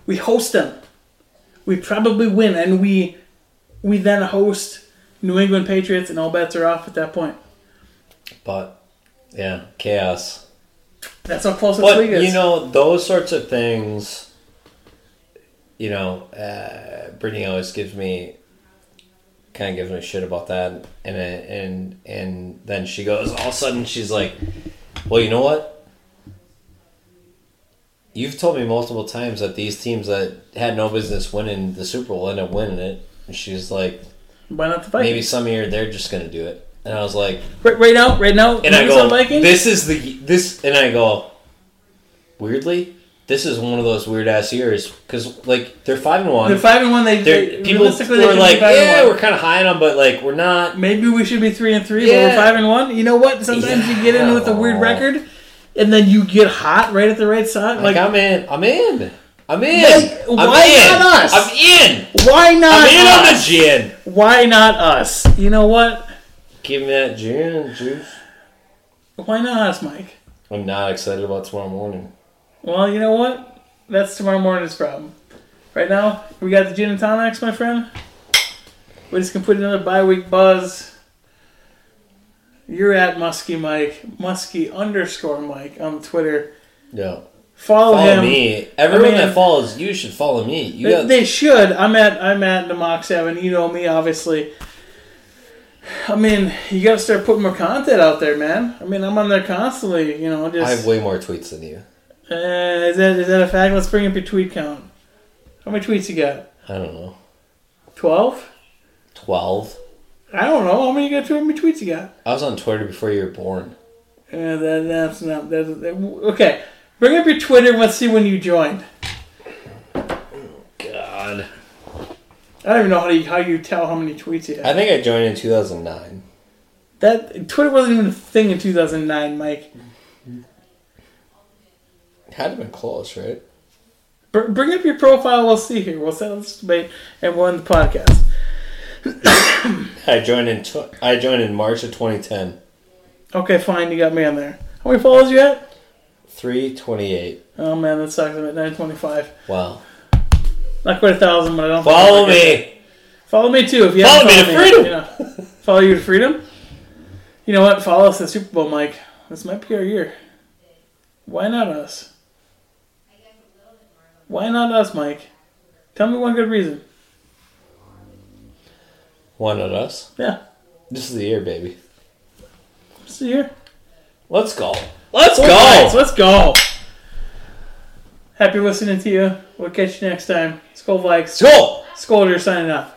S5: we host them. We probably win, and we we then host New England Patriots, and all bets are off at that point.
S4: but yeah, chaos.
S5: That's how close this
S4: But
S5: league is.
S4: you know those sorts of things. You know, uh, Brittany always gives me kind of gives me shit about that, and and and then she goes all of a sudden she's like, "Well, you know what? You've told me multiple times that these teams that had no business winning the Super Bowl end up winning it." And she's like,
S5: why not the
S4: "Maybe
S5: Vikings?
S4: some year they're just gonna do it." And I was like,
S5: Right, right now, right now,
S4: and I go,
S5: Minnesota Vikings.
S4: this is the this, and I go, weirdly, this is one of those weird ass years because like they're five and one.
S5: they're five and one. They,
S4: They're-
S5: they
S4: people
S5: realistically they
S4: were
S5: should
S4: like,
S5: be five
S4: yeah,
S5: and
S4: we're
S5: one.
S4: kind of high on them, but like we're not.
S5: Maybe we should be three and three, but
S4: Yeah.
S5: we're five and one. You know what? Sometimes you get in with a weird
S4: Yeah.
S5: record, and then you get hot right at the right side.
S4: Like,
S5: Like,
S4: I'm in, I'm in, I'm in.
S5: Like,
S4: I'm
S5: why
S4: in.
S5: not us?
S4: I'm in.
S5: why not?
S4: I'm in on the
S5: us?
S4: gin.
S5: Why not us? You know what?
S4: Give me that gin juice.
S5: Why not us, Mike?
S4: I'm not excited about tomorrow morning.
S5: Well, you know what? That's tomorrow morning's problem. Right now, we got the gin and tonics, my friend. We just completed another bye week buzz. You're at Muskie Mike, Muskie underscore Mike on Twitter.
S4: Yeah,
S5: Follow,
S4: Follow
S5: him.
S4: me. Everyone
S5: I mean,
S4: that follows you should follow me. You
S5: They,
S4: got
S5: they should. I'm at I'm at Demox Seven. You know me, obviously. I mean, you gotta start putting more content out there, man. I mean, I'm on there constantly. You know,
S4: I
S5: just
S4: have way more tweets than you.
S5: uh, is that is that a fact? Let's bring up your tweet count. How many tweets you got?
S4: I don't know.
S5: Twelve?
S4: Twelve.
S5: I don't know. How many you got? How many tweets you got?
S4: I was on Twitter before you were born.
S5: Uh, that, that's not. That, that, okay, bring up your Twitter. and Let's see when you joined.
S4: God.
S5: I don't even know how you how you tell how many tweets you
S4: I
S5: have.
S4: think I joined in 2009.
S5: That Twitter wasn't even a thing in 2009, Mike.
S4: Had to been close, right?
S5: Br- bring up your profile. We'll see here. We'll settle this debate and we'll end the podcast.
S4: I joined in. Tw- I joined in March of 2010.
S5: Okay, fine. You got me on there. How many followers you at?
S4: 328.
S5: Oh man, that sucks. I'm at 925.
S4: Wow.
S5: Not quite a thousand, but I don't. think I'm
S4: Follow
S5: gonna get
S4: me.
S5: there. Follow me too. If you
S4: Follow me
S5: haven't
S4: to
S5: followed You know. follow you to freedom. You know what? Follow us at Super Bowl, Mike. This might be our year. Why not us? Why not us, Mike? Tell me one good reason.
S4: Why not us?
S5: Yeah.
S4: This is the year, baby.
S5: See here.
S4: Let's go. Let's
S5: All right, so
S4: go.
S5: let's go. Happy listening to you. We'll catch you next time. Skull
S4: Let's
S5: Vikes.
S4: go.
S5: Scolder signing off.